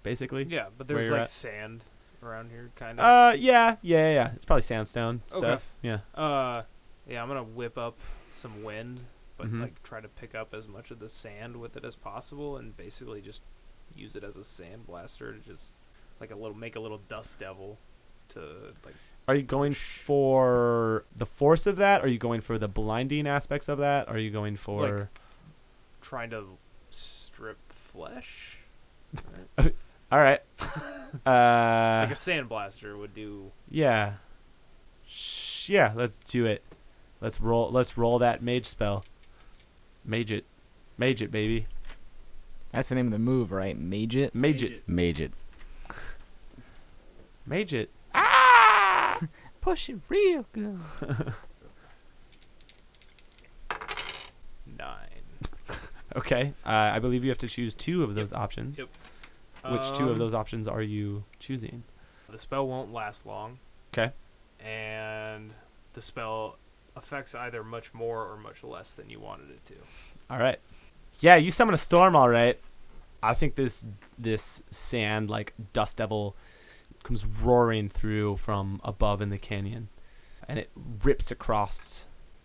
basically. Yeah, but Where there's you're like at? sand around here, kind of. Uh yeah, yeah, yeah, yeah. It's probably sandstone Okay. stuff. Yeah. Uh, yeah, I'm gonna whip up some wind, but Mhm. like try to pick up as much of the sand with it as possible, and basically just use it as a sand blaster to just like a little make a little dust devil to like Are you going for the force of that? Are you going for the blinding aspects of that? Are you going for trying to strip flesh. All right. uh like a sand blaster would do. yeah. Sh- yeah, let's do it. Let's roll let's roll that mage spell. Mage it. Mage it, baby. That's the name of the move, right? Mage it. Mage it. Mage it. Mage it. Push it real good. nine. Okay. Uh, I believe you have to choose two of those options. Yep. Which two of Um, those options are you choosing? The spell won't last long. 'Kay. And the spell affects either much more or much less than you wanted it to. All right. Yeah, you summon a storm. All right. I think this this sand like dust devil comes roaring through from above in the canyon, and it rips across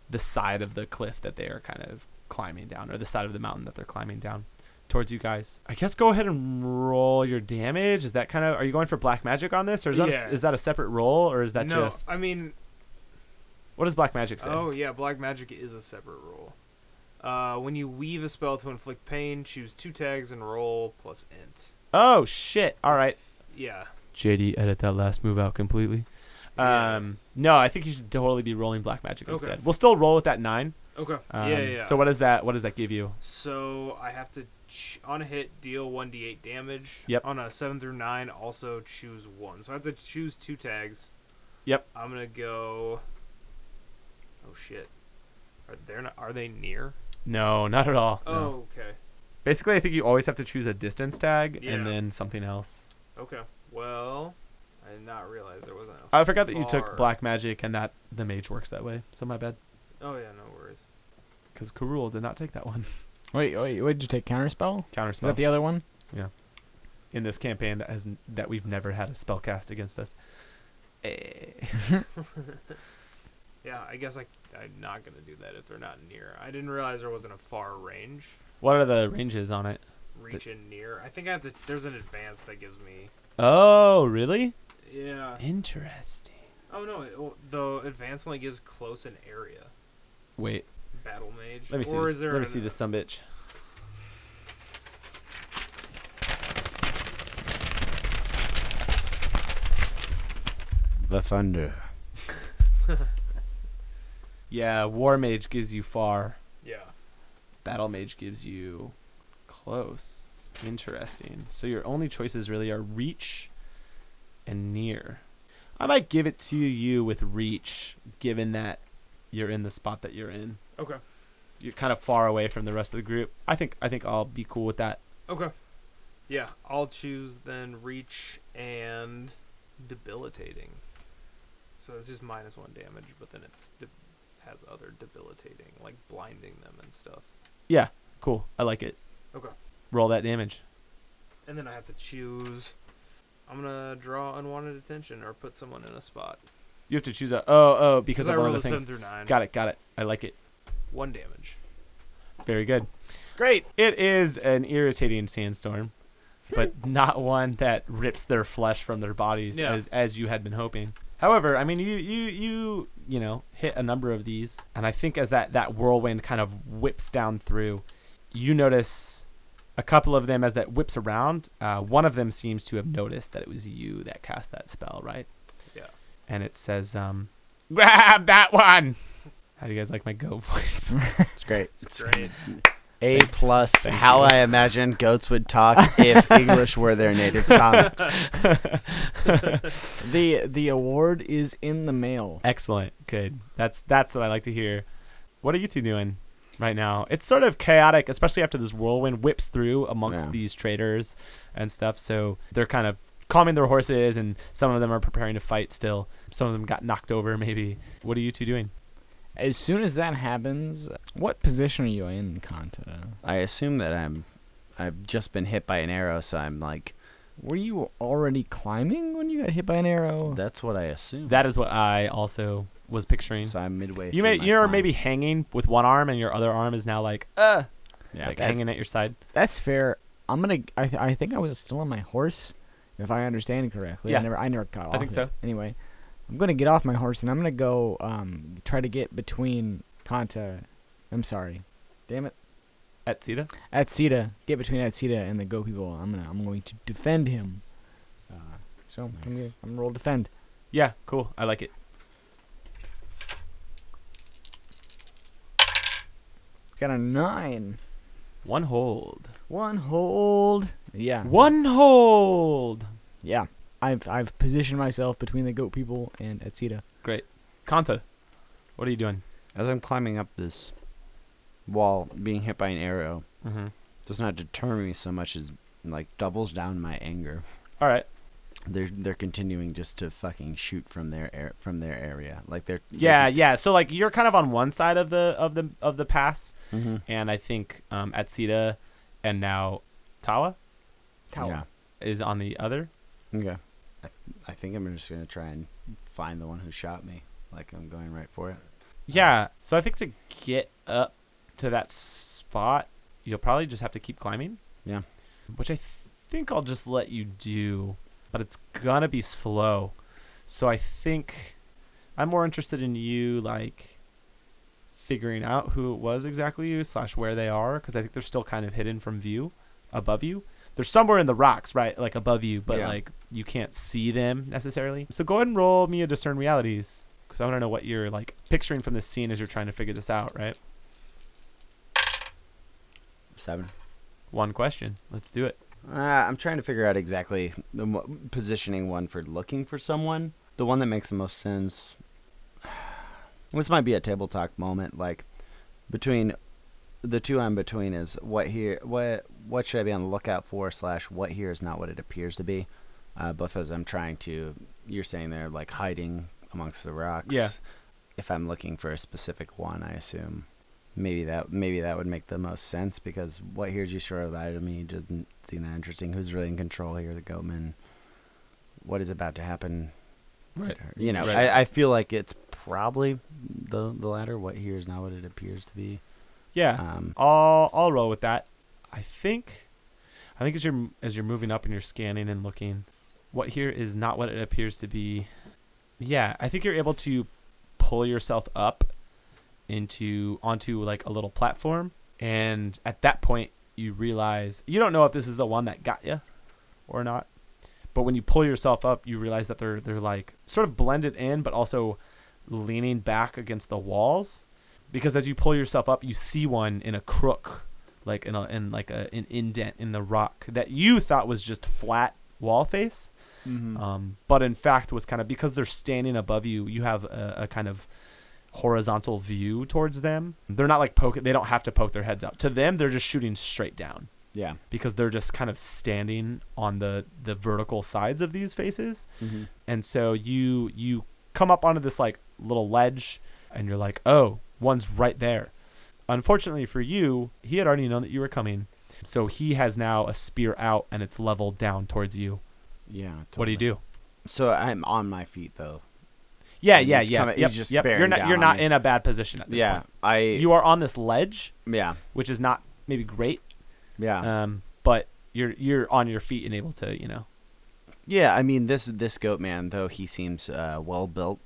the side of the cliff that they are kind of climbing down, or the side of the mountain that they're climbing down towards you guys. I guess go ahead and roll your damage. Is that kind of are you going for black magic on this, or is that Yeah. a, is that a separate roll, or is that no, just I mean what does black magic say? Oh yeah, black magic is a separate roll. Uh, when you weave a spell to inflict pain, choose two tags and roll plus int. Oh shit! All right. Yeah, JD, edit that last move out completely. Yeah. Um, no, I think you should totally be rolling black magic Okay. instead. We'll still roll with that nine. Okay. Um, yeah, yeah, yeah. So what does that? What does that give you? So I have to ch- on a hit deal one d8 damage. Yep. On a seven through nine, also choose one. So I have to choose two tags. Yep. I'm gonna go. Oh shit. Are they not? Are they near? No, not at all. no. Oh okay. Basically, I think you always have to choose a distance tag Yeah. and then something else. Okay. Well, I did not realize there wasn't. A I forgot that you took Far. black magic and that the mage works that way. So my bad, oh yeah, no worries. because Karul did not take that one. Wait, wait, what did you take? Counterspell? Counter Is spell that the other one? in this campaign that has n- that we've never had a spell cast against us. Eh. Yeah, I guess I, I'm not going to do that if they're not near. I didn't realize there wasn't a far range. What are the ranges on it? Reach and near. I think I have to. There's an advance that gives me. Oh, really? Yeah. Interesting. Oh, no. It, well, the advance only gives close an area. Wait, Battle mage. Let me see. or This. Is there Let me an- see this some bitch. The thunder. Yeah, war mage gives you far. Yeah. Battle mage gives you close. Interesting. So your only choices really are reach and near. I might give it to you with reach, given that you're in the spot that you're in. Okay. You're kind of far away from the rest of the group. I think I think I'll be cool with that. Okay. Yeah. I'll choose then reach and debilitating. So it's just minus one damage, but then it's de- has other debilitating, like blinding them and stuff. Yeah, cool. I like it. Okay. Roll that damage. and then I have to choose. I'm gonna draw unwanted attention or put someone in a spot You have to choose a oh oh because I of one rolled of a the seven things. through nine. Got it. Got it. I like it. One damage. Very good. Great. It is an irritating sandstorm, but not one that rips their flesh from their bodies Yeah. as as you had been hoping. However, I mean, you you you you know hit a number of these, and I think as that that whirlwind kind of whips down through, you notice a couple of them as that whips around. Uh, one of them seems to have noticed that it was you that cast that spell, right? Yeah. And it says, um, "Grab that one." How do you guys like my go voice? It's great. It's great. A plus. How I imagine goats would talk if English were their native tongue. The the award is in the mail. Excellent. Good. That's that's what I like to hear. What are you two doing right now? It's sort of chaotic, especially after this whirlwind whips through amongst Yeah. these traders and stuff. So they're kind of calming their horses and some of them are preparing to fight still. Some of them got knocked over maybe. What are you two doing? As soon as that happens, what position are you in, Kanta? I assume that I'm. I've just been hit by an arrow, so I'm like. Were you already climbing when you got hit by an arrow? That's what I assume. That is what I also was picturing. So I'm midway. You through may my you're climb. maybe hanging with one arm and your other arm is now like uh Yeah, like that's- hanging at your side. That's fair. I'm gonna. I, th- I think I was still on my horse, if I understand correctly. Yeah. I never. I never got off. think it. so. Anyway, I'm gonna get off my horse and I'm gonna go. Um, try to get between Kanta. I'm sorry. Damn it. At Sita? Atsita. Get between Atsita and the Go people. I'm gonna. I'm going to defend him. Uh, so I'm, Nice. gonna, I'm gonna roll defend. Yeah, cool. I like it. Got a nine. One hold. One hold. Uh-huh. Yeah. One hold. Yeah. I've I've positioned myself between the goat people and Atsita. Great. Kanta, what are you doing? As I'm climbing up this wall, being hit by an arrow Mm-hmm. does not deter me so much as like doubles down my anger. All right. they're they're continuing just to fucking shoot from their air from their area. Like they're Yeah, yeah. So like you're kind of on one side of the of the of the pass, hmm and I think um, Atsita and now Tawa yeah. is on the other. Okay. I, I think I'm just gonna try and find the one who shot me. Like I'm going right for it. Yeah. So I think to get up to that spot, you'll probably just have to keep climbing. Yeah. Which I th- think I'll just let you do, but it's gonna be slow. So I think I'm more interested in you like figuring out who it was exactly you slash where they are because I think they're still kind of hidden from view above you. They're somewhere in the rocks, right? Like above you, but Yeah. like you can't see them necessarily. So go ahead and roll me a discern realities because I want to know what you're like picturing from this scene as you're trying to figure this out, right? Seven. One question. Let's do it. Uh, I'm trying to figure out exactly the mo- positioning one for looking for someone. The one that makes the most sense. This might be a table talk moment. Like between the two I'm between is what here what what should I be on the lookout for slash what here is not what it appears to be. Uh, both as I'm trying to, you're saying they're like hiding amongst the rocks. Yeah. If I'm looking for a specific one, I assume maybe that maybe that would make the most sense because what here's you sure of to me doesn't seem that interesting. Who's really in control here? The Goatman. What is about to happen? Right. You know, Right. I, I feel like it's probably the the latter. What here is not what it appears to be. Yeah. Um, I'll I'll roll with that. I think, I think as you're as you're moving up and you're scanning and looking, what here is not what it appears to be. Yeah, I think you're able to pull yourself up into onto like a little platform, and at that point you realize you don't know if this is the one that got you or not. But when you pull yourself up, you realize that they're they're like sort of blended in, but also leaning back against the walls because as you pull yourself up, you see one in a crook, like in a in like a an indent in the rock that you thought was just flat wall face, Mm. Mm-hmm. uh, um, but in fact was kind of because they're standing above you. You have a, a kind of horizontal view towards them. They're not like poke. They don't have to poke their heads out. To them, they're just shooting straight down yeah. because they're just kind of standing on the the vertical sides of these faces Mm-hmm. and so you you come up onto this like little ledge and you're like oh one's right there unfortunately for you he had already known that you were coming so he has now a spear out and it's leveled down towards you Yeah. what do you totally. do So I'm on my feet though. yeah He's yeah yeah coming- he's yep, just yep. you're bearing not down you're on not me. in a bad position at this yeah. point I. you are on this ledge yeah. which is not maybe great Yeah. um but you're you're on your feet and able to you know yeah. I mean this this goat man though he seems uh, well built.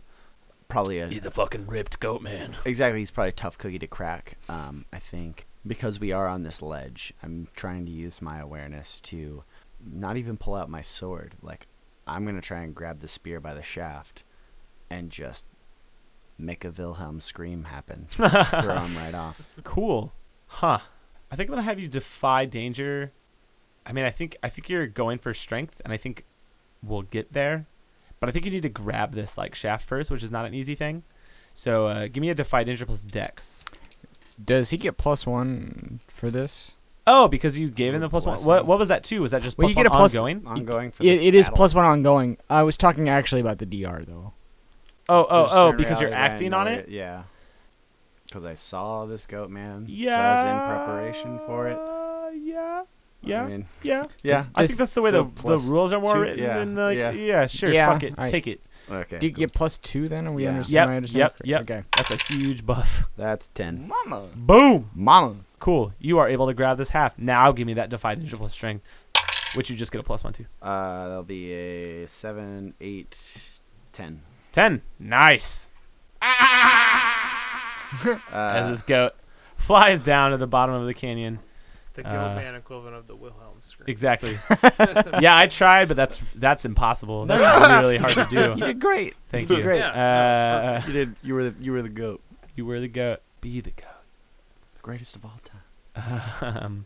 Probably a a fucking ripped goat man Exactly, he's probably a tough cookie to crack. Um, I think because we are on this ledge, I'm trying to use my awareness to not even pull out my sword. Like I'm gonna try and grab the spear by the shaft and just make a Wilhelm scream happen, throw him right off. Cool. Huh. I think I'm gonna have you defy danger. I mean I think I think you're going for strength and I think we'll get there. But I think you need to grab this like shaft first, which is not an easy thing. So uh, give me a defy danger plus dex. Does he get plus one for this? Oh, because you gave him the plus one. Blessing. What what was that too? Was that just Well, plus you get one a plus- ongoing? Ongoing for It, the it is battle. plus one ongoing. I was talking actually about the DR though. Oh oh Just oh, in because you're reality, I acting know on it. Yeah. Because I saw this goat man. Yeah. So I was in preparation for it. Yeah. Yeah. I mean, yeah. yeah. I This- think that's the way so the, the plus rules are more two- written yeah, than like yeah. yeah, sure Yeah, fuck it I- take it Okay. Do you cool. get plus two then? Are we Yeah. understand? Yep, I understand yep, correct- yep. that's a huge buff That's ten. Okay. Mama. boom Mama. Cool. You are able to grab this half. Now give me that Defy Ninja plus strength, which you just get a plus one to. Mm-hmm. Uh, that'll be a seven, eight, ten. Ten. Nice. As Uh, this goat flies down to the bottom of the canyon. The Uh, goat man equivalent of the Wilhelm scream. Exactly. yeah, I tried, but that's that's impossible. That's really hard to You do. did great. Thank did you. great. Uh, you did. You were the, you were the goat, you were the goat. Be the goat. the greatest of all time. um,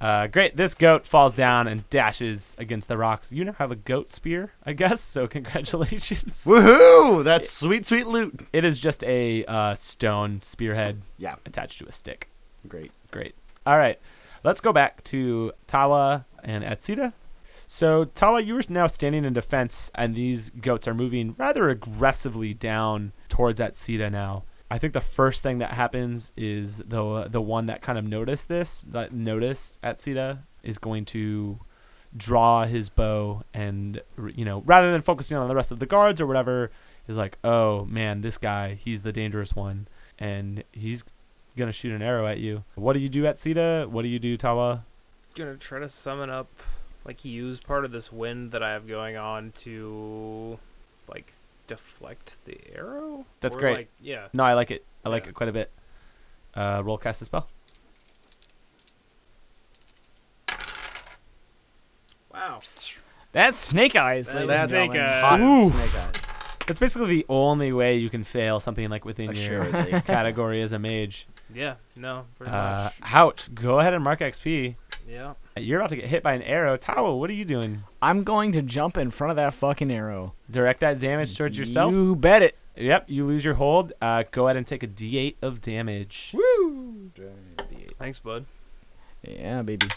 uh, great. This goat falls down and dashes against the rocks. You now have a goat spear, I guess. So congratulations. Woohoo! That's sweet, sweet loot. It is just a uh, stone spearhead Yeah, attached to a stick. great. Great. All right. Let's go back to Tawa and Atsita. So Tala, you are now standing in defense, and these goats are moving rather aggressively down towards that Sita now. I think the first thing that happens is the the one that kind of noticed this, that noticed at Sita, is going to draw his bow and r- you know rather than focusing on the rest of the guards or whatever, is like, oh man, this guy, he's the dangerous one, and he's gonna shoot an arrow at you. What do you do at Sita? What do you do, Tala? Gonna try to summon up, like, use part of this wind that I have going on to, like, deflect the arrow. That's Or, great. Like, yeah. No, I like it. I like Yeah. it quite a bit. Uh, roll cast a spell. Wow. That's snake eyes. That ladies was and snake gentlemen. eyes. Hot Oof. snake eyes. That's basically the only way you can fail something like within your Assuredly. category as a mage. Yeah, no, pretty Uh, much. ouch. Go ahead and mark XP. Yeah. You're about to get hit by an arrow. Tawa, what are you doing? I'm going to jump in front of that fucking arrow. Direct that damage towards yourself. You bet it. Yep, you lose your hold. Uh, go ahead and take a d8 of damage. Woo! Thanks, bud. Yeah, baby.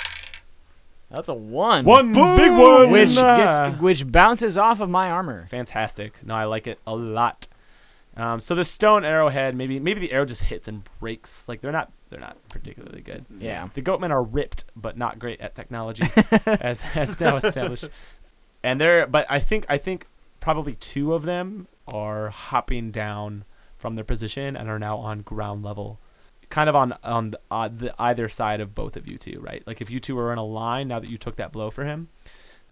That's a one. One big one! Which Ah. gets, which bounces off of my armor. Fantastic. No, I like it a lot. Um, so the stone arrowhead, maybe maybe the arrow just hits and breaks. Like they're not they're not particularly good. Yeah. The goatmen are ripped, but not great at technology, as as now established. And they're but I think I think probably two of them are hopping down from their position and are now on ground level, kind of on on the, uh, the either side of both of you two, right? Like if you two were in a line now that you took that blow for him,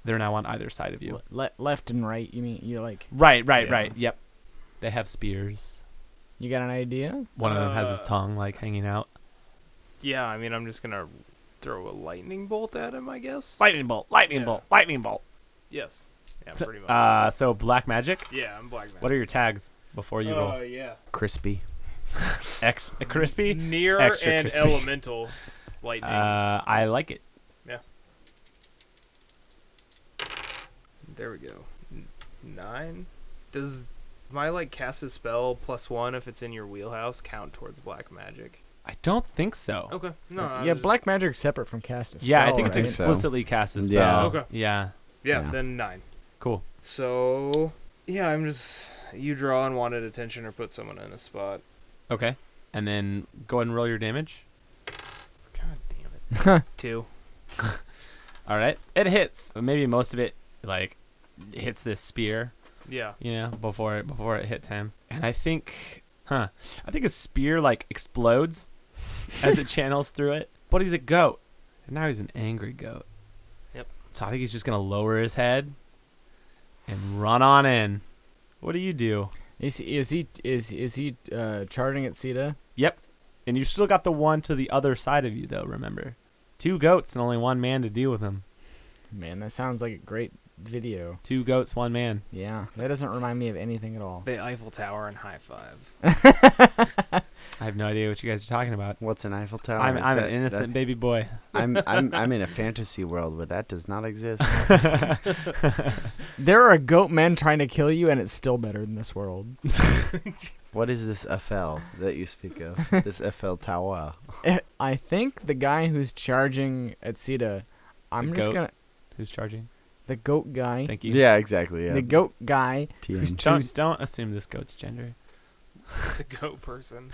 they're now on either side of you. Le- le- left and right. You mean you like? Right, right, Yeah. right. Yep. They have spears. You got an idea? One of them has his Uh, tongue like hanging out. Yeah, I mean, I'm just gonna throw a lightning bolt at him, I guess. Lightning bolt, lightning Yeah. bolt, lightning bolt. Yes. Yeah, So- pretty much. Uh, so black magic. yeah, I'm black man. What are your tags before you Oh roll? yeah. Crispy. X crispy. Near Extra and crispy. elemental Uh, lightning. I like it. there we go. N- Nine. Does my like cast a spell plus one if it's in your wheelhouse count towards black magic? I don't think so. Okay. Oh, No. I yeah, was- black magic's separate from cast. a Yeah, I spell, think it's right? ex- so. explicitly cast as Yeah. spell. Okay. Yeah. Yeah, Yeah. Then nine. Cool. So yeah, I'm just you draw unwanted attention or put someone in a spot. Okay. And then go ahead and roll your damage. God damn it. Two. All right. It hits. Maybe most of it like hits this spear. Yeah. you know, before it before it hits him. And I think, huh, I think his spear like explodes as it channels through it. But he's a goat, and now he's an angry goat. Yep. So I think he's just gonna lower his head and run on in. What do you do? Is he is he is is he uh, charging at Sita? Yep. And you still got the one to the other side of you, though. Remember, two goats and only one man to deal with him. Man, that sounds like a great video. Two goats, one man. Yeah, that doesn't remind me of anything at all. The Eiffel Tower and high five. I have no idea what you guys are talking about. What's an Eiffel Tower? I'm, Is I'm an that- innocent that- baby boy. I'm, I'm, I'm in a fantasy world where that does not exist. There are goat men trying to kill you, and it's still better than this world. What is this FL that you speak of? this FL Tower. Eh, I think the guy who's charging at Sita, I'm The just goat. gonna Who's charging? the goat guy, Thank you. Yeah, exactly. Yeah. the goat guy. TM. who's Don't Choose- don't assume this goat's gender. the go person.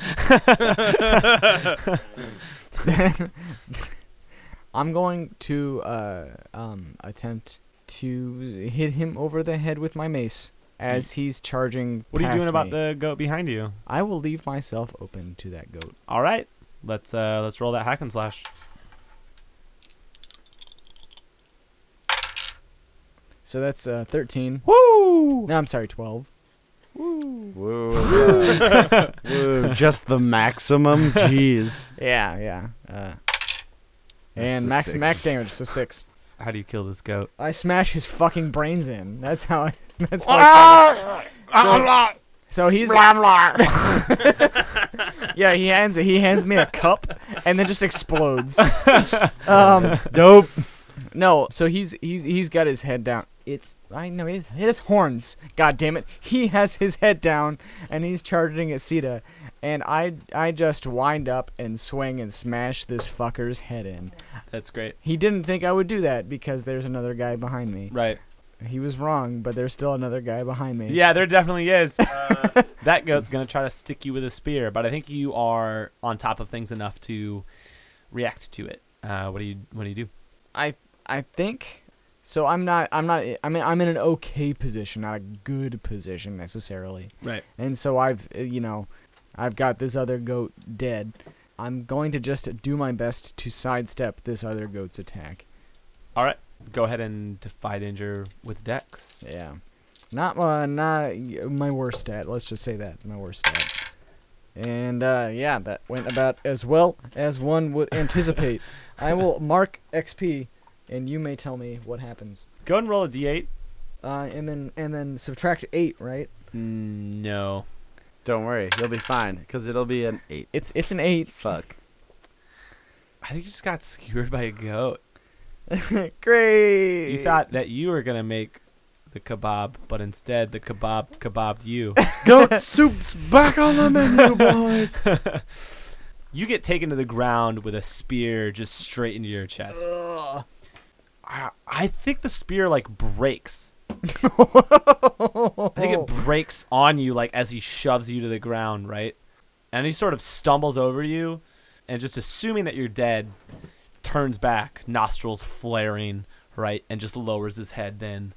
I'm going to uh, um, attempt to hit him over the head with my mace as he's charging. Hmm. What are you past doing about me. the goat behind you? I will leave myself open to that goat. All right, let's uh let's roll that hack and slash. So that's uh, 13. Woo! No, I'm sorry, 12. Woo, uh, woo, just the maximum. Jeez. Yeah, yeah. Uh, and a max six. max damage, so six. How do you kill this goat? I smash his fucking brains in. That's how. I, that's how. I so, so he's. yeah, he hands he hands me a cup and then just explodes. um, Dope. no, so he's he's he's got his head down. It's I know it has horns. God damn it, he has his head down and he's charging at Sita, and I I just wind up and swing and smash this fucker's head in. That's great. He didn't think I would do that because there's another guy behind me. Right. He was wrong, but there's still another guy behind me. Yeah, there definitely is. that goat's gonna try to stick you with a spear, but I think you are on top of things enough to react to it. Uh, what do you What do you do? I I think so I'm not I'm not I mean I'm in an okay position, not a good position necessarily. Right. And so I've uh, you know, I've got this other goat dead. I'm going to just do my best to sidestep this other goat's attack. All right. Go ahead and defy danger with Dex. Yeah. Not my not my worst stat. Let's just say that my worst stat. And uh, yeah, that went about as well as one would anticipate. I will mark XP, and you may tell me what happens. Go ahead and roll a d8. Uh, and then and then subtract eight, right? Mm, No. Don't worry, you'll be fine because it'll be an eight. It's it's an eight. Fuck. I think you just got skewered by a goat. Great. You thought that you were gonna make the kebab, but instead the kebab kebabbed you. Goat soup's back on the menu, boys. you get taken to the ground with a spear just straight into your chest. I, I think the spear like breaks. I think it breaks on you like as he shoves you to the ground, right? And he sort of stumbles over you and just assuming that you're dead, turns back, nostrils flaring, right, and just lowers his head then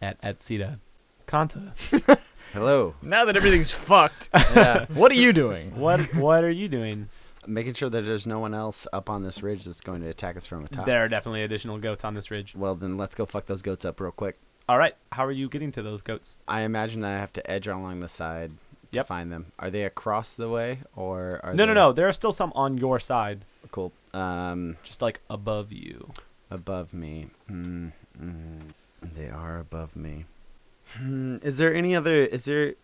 at at Sita. Kanta. Hello. now that everything's fucked, Yeah. what are you doing? What what are you doing? Making sure that there's no one else up on this ridge that's going to attack us from atop. There are definitely additional goats on this ridge. Well, then let's go fuck those goats up real quick. All right, how are you getting to those goats? I imagine that I have to edge along the side Yep. to find them. Are they across the way or are no, no, they no. There are still some on your side, Cool. Um, just like above you. above me. Mm, mm, they are above me. Hmm, is there any other? Is there?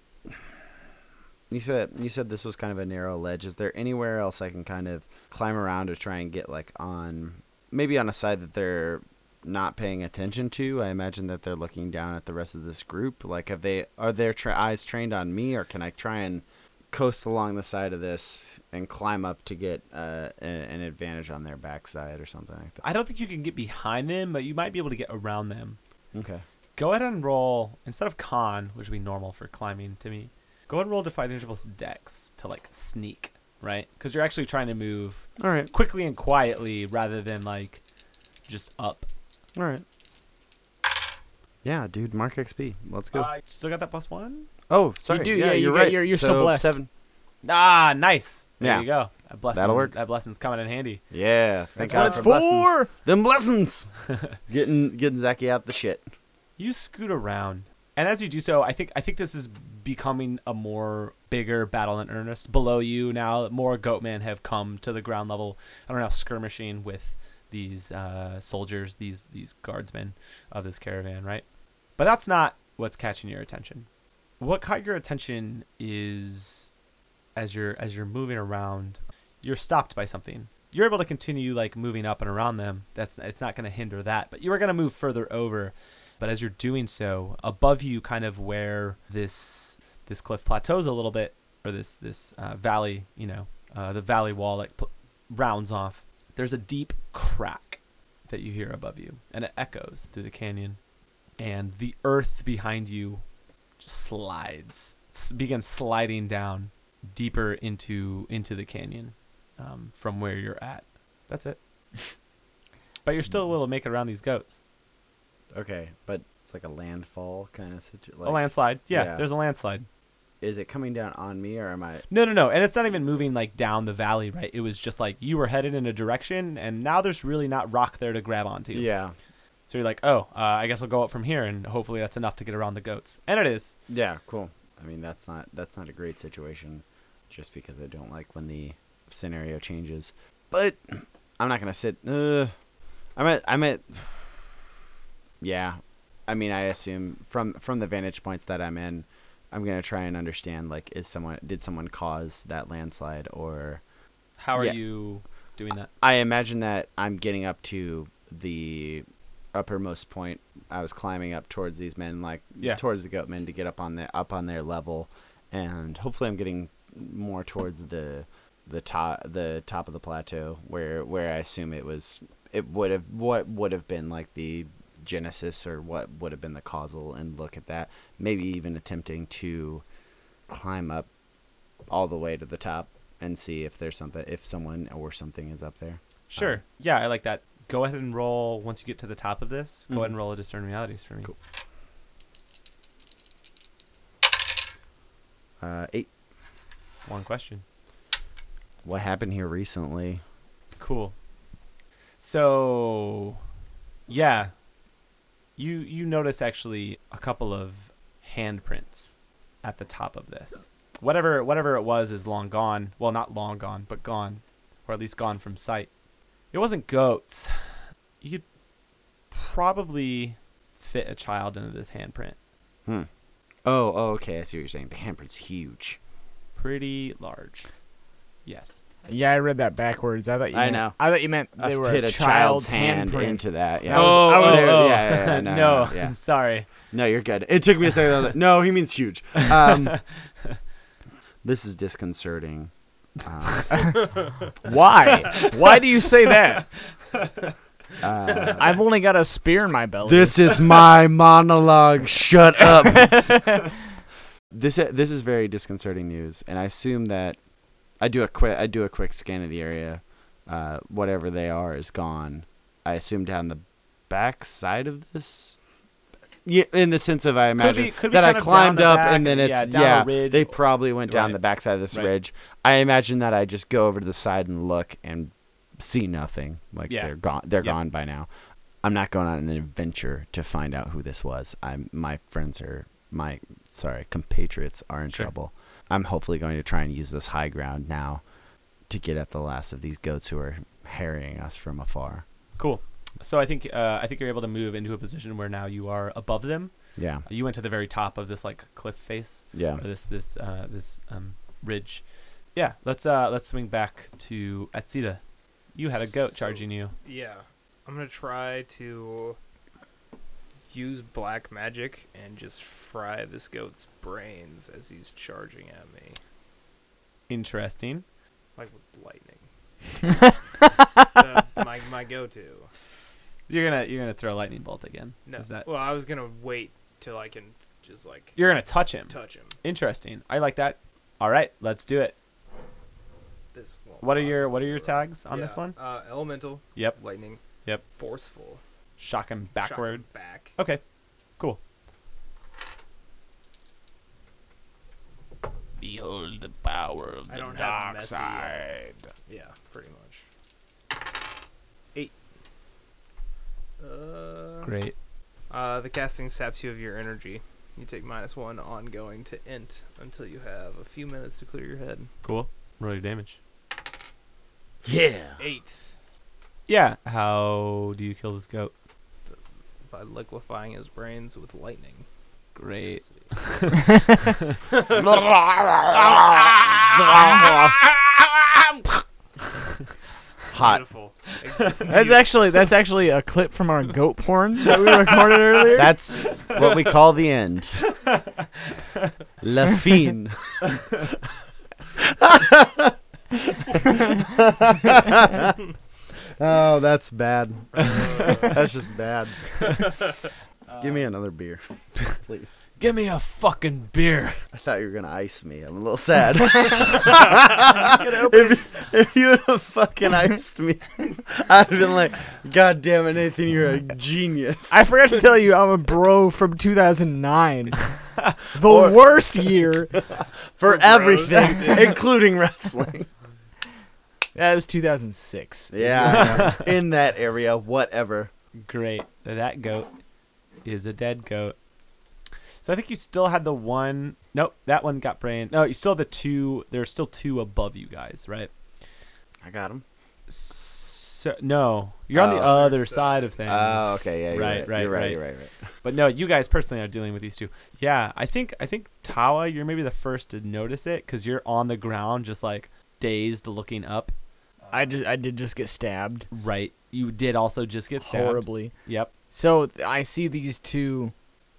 You said you said this was kind of a narrow ledge. Is there anywhere else I can kind of climb around or try and get like on maybe on a side that they're not paying attention to? I imagine that they're looking down at the rest of this group. Like, have they are their tra- eyes trained on me, or can I try and coast along the side of this and climb up to get uh, a- an advantage on their backside or something like that? I don't think you can get behind them, but you might be able to get around them. Okay. Go ahead and roll instead of con, which would be normal for climbing to me. Go ahead and roll defy danger plus dex to like sneak, right? Because you're actually trying to move All right. quickly and quietly rather than like just up. All right. Yeah, dude, mark XP. Let's go. Uh, still got that plus one. oh, sorry. do, yeah, yeah, you you're get- right. you're- you're still So, blessed. Seven. Ah, nice. There Yeah. you go. That blessing, That'll work. That blessing's coming in handy. Yeah. Thank That's God what it's for blessings. for. Them blessings. getting getting Zachy out the shit. you scoot around and as you do so i think i think this is becoming a more bigger battle in earnest below you now more goatmen have come to the ground level and are now skirmishing with these uh, soldiers these these guardsmen of this caravan right but that's not what's catching your attention what caught your attention is as you're as you're moving around you're stopped by something you're able to continue like moving up and around them that's it's not going to hinder that but you are going to move further over but as you're doing so above you kind of where this this cliff plateaus a little bit or this this uh, valley you know uh, the valley wall that pl- rounds off there's a deep crack that you hear above you and it echoes through the canyon and the earth behind you just slides s- begins sliding down deeper into into the canyon um, from where you're at that's it but you're still able to make it around these goats Okay, but it's like a landfall kind of situation. a landslide. Yeah, yeah. there's a landslide. Is it coming down on me or am I? No, no, no. And it's not even moving like down the valley, right? It was just like you were headed in a direction, and now there's really not rock there to grab onto. Yeah. So you're like, oh, uh, I guess I'll go up from here, and hopefully that's enough to get around the goats. And it is. Yeah. Cool. I mean, that's not that's not a great situation, just because I don't like when the scenario changes. But I'm not gonna sit. Uh, I'm at. I'm at. Yeah, I mean, I assume from from the vantage points that I'm in, I'm gonna try and understand like, is someone did someone cause that landslide or How are Yeah. you doing that? I imagine that I'm getting up to the uppermost point. I was climbing up towards these men, like Yeah. towards the goatmen, to get up on the up on their level, and hopefully I'm getting more towards the the top the top of the plateau where where I assume it was it would have what would have been like the genesis or what would have been the causal and look at that maybe even attempting to climb up all the way to the top and see if there's something if someone or something is up there Sure. yeah, I like that. Go ahead and roll once you get to the top of this. Go Mhm. ahead and roll a discern realities for me. Cool. uh eight One question. what happened here recently Cool. So, yeah, you you notice actually a couple of handprints at the top of this. Whatever whatever it was is long gone. Well, not long gone, but gone, or at least gone from sight. It wasn't goats. You could probably fit a child into this handprint. hmm oh oh okay I see what you're saying the handprint's huge Pretty large. Yes. Yeah, I read that backwards. I thought you I meant- know. I thought you meant they I've were hit a, a child's, child's hand handprint. into that yeah I was- oh, I was- oh, oh. Yeah, yeah, yeah, no, no, yeah. sorry. No, you're good. It took me a second. I was like, no, he means huge. Um, this is disconcerting. Uh, Why? Why do you say that? uh, I've only got a spear in my belly. this is my monologue. Shut up. this this is very disconcerting news, and I assume that I do a quick I do a quick scan of the area. Uh, whatever they are is gone. I assume down the back side of this. Yeah, in the sense of I Could imagine be- could be that I kind of down climbed the up back, and then yeah, it's down a yeah, ridge they or- probide went down Right. the backside of this Right. ridge. I imagine that I just go over to the side and look and see nothing. Like Yeah. they're gone. They're Yep. gone by now. I'm not going on an adventure to find out who this was. I'm my friends are my sorry compatriots are in Sure. trouble. I'm hopefully going to try and use this high ground now to get at the last of these goats who are harrying us from afar. Cool. So I think uh, I think you're able to move into a position where now you are above them. Yeah, You went to the very top of this like cliff face, yeah. or this this uh, this um, ridge. Yeah, let's uh, let's swing back to Atsita. You had a goat So- charging you. Yeah. I'm gonna try to use black magic and just fry this goat's brains as he's charging at me. Interesting. Like with lightning. The- my my go to. You're gonna you're gonna throw a lightning bolt again. No. Is that Well, I was gonna wait till I can just like you're gonna touch him? touch him. Interesting. I like that. All right, let's do it. This won't What are your possibly what are your work. tags on this Yeah, one? Uh, elemental, Yep. lightning. Yep. Forceful. Shock him shock backward. him back. Okay. Cool. Behold the power of I the don't have dark messy side. Yeah, pretty much. Eight. Uh, Great. Uh, the casting saps you of your energy. You take minus one ongoing to int until you have a few minutes to clear your head. Cool. Roll your damage. Yeah. Eight Yeah. How do you kill this goat? by liquefying his brains with lightning. Great. Hot. Beautiful. Ex- That's actually that's actually a clip from our goat porn that we recorded earlier. That's what we call the end. La fin. oh, that's bad. That's just bad. Give me another beer, please. Give me a fucking beer. I thought you were gonna ice me. I'm a little sad. if, if you would have fucking iced me, I'd have been like, "God damn it, Nathan, you're a genius." I forgot to tell you, I'm a bro from 2009, the Or- worst year. for Gross. everything, including wrestling. That was 2006. Yeah, I know. in that area, whatever. Great. That goat is a dead goat. So I think you still had the one. Nope, that one got brain. No, you still have the two. There's still two above you guys, right? I got him. So, no, you're on the Oh. other side of things. Oh, okay, yeah, you're right, Right, right, you're right. right, you're right, right. But no, you guys personally are dealing with these two. Yeah, I think I think Tawa, you're maybe the first to notice it because you're on the ground, just like dazed, looking up. I just I did just get stabbed Right. You did also just get stabbed. horribly. Yep. So th- I see these two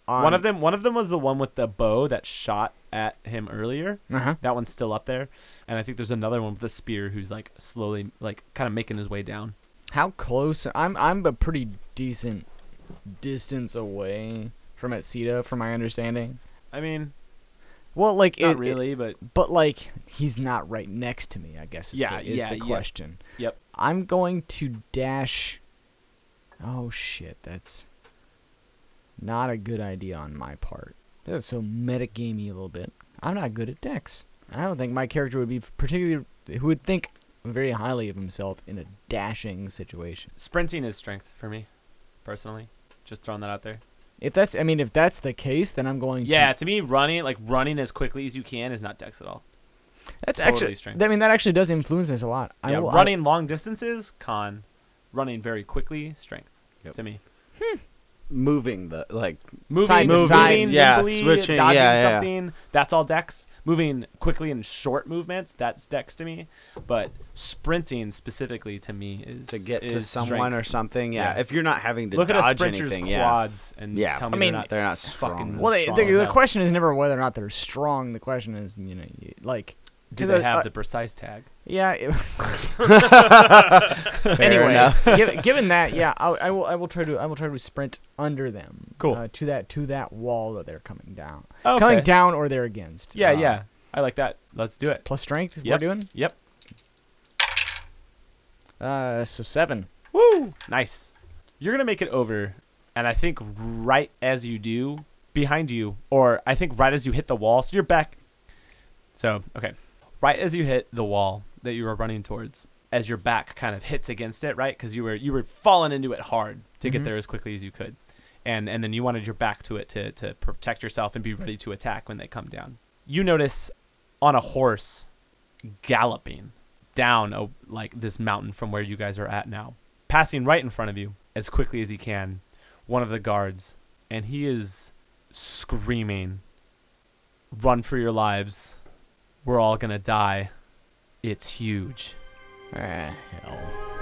on one of them, one of them was the one with the bow that shot at him earlier. Uh-huh. That one's still up there, and I think there's another one with the spear who's like slowly, like kind of making his way down. How close? I'm I'm a pretty decent distance away from Etzida, from my understanding. I mean, Well, like not it, it- really, but but like he's not right next to me. I guess is Yeah, the, is yeah, the yeah. question. Yep. I'm going to dash. Oh shit, that's not a good idea on my part. That's So metagamey a little bit. I'm not good at dex. I don't think my character would be particularly who would think very highly of himself in a dashing situation. sprinting is strength for me, personally. Just throwing that out there. If that's, I mean, if that's the case, then I'm going. Yeah, to, to me, running like running as quickly as you can is not dex at all. It's that's totally actually. strength. I mean, that actually does influence us a lot. yeah, I will, I- running long distances, con. Running very quickly, strength. Yep. To me, moving the like moving, Side to moving, side. Yeah, nimbly, switching, dodging yeah, yeah. something. That's all dex. Moving quickly in short movements, that's dex to me. But sprinting specifically to me is to get to is someone strength. or something. Yeah, Yeah. if you're not having to Look at dodge a sprinter's anything, quads and Yeah. tell I me mean, they're not they're not fucking strong. Well, they, strong the, as the hell. question is never whether or not they're strong. The question is, you know, you- like, do 'cause they I- have I- the precise tag? yeah. it- yeah. Fair anyway, enough. given, given that, yeah, I, I will. I will try to. I will try to sprint under them. Cool. Uh, to that to that wall that they're coming down, Okay. coming down or they're against. Yeah, Uh, yeah. I like that. Let's do it. Plus strength. Yep. We're doing. Yep. Uh, so seven. Woo! Nice. You're gonna make it over, and I think right as you do, behind you, or I think right as you hit the wall, so you're back. So okay, right as you hit the wall that you were running towards, as your back kind of hits against it, right? Because you were you were falling into it hard to get Mhm. there as quickly as you could, and and then you wanted your back to it to to protect yourself and be ready to attack when they come down. You notice on a horse galloping down a, like this mountain from where you guys are at now, passing right in front of you as quickly as he can, one of the guards, and he is screaming, "Run for your lives! We're all gonna die! It's huge!" Ah, hell.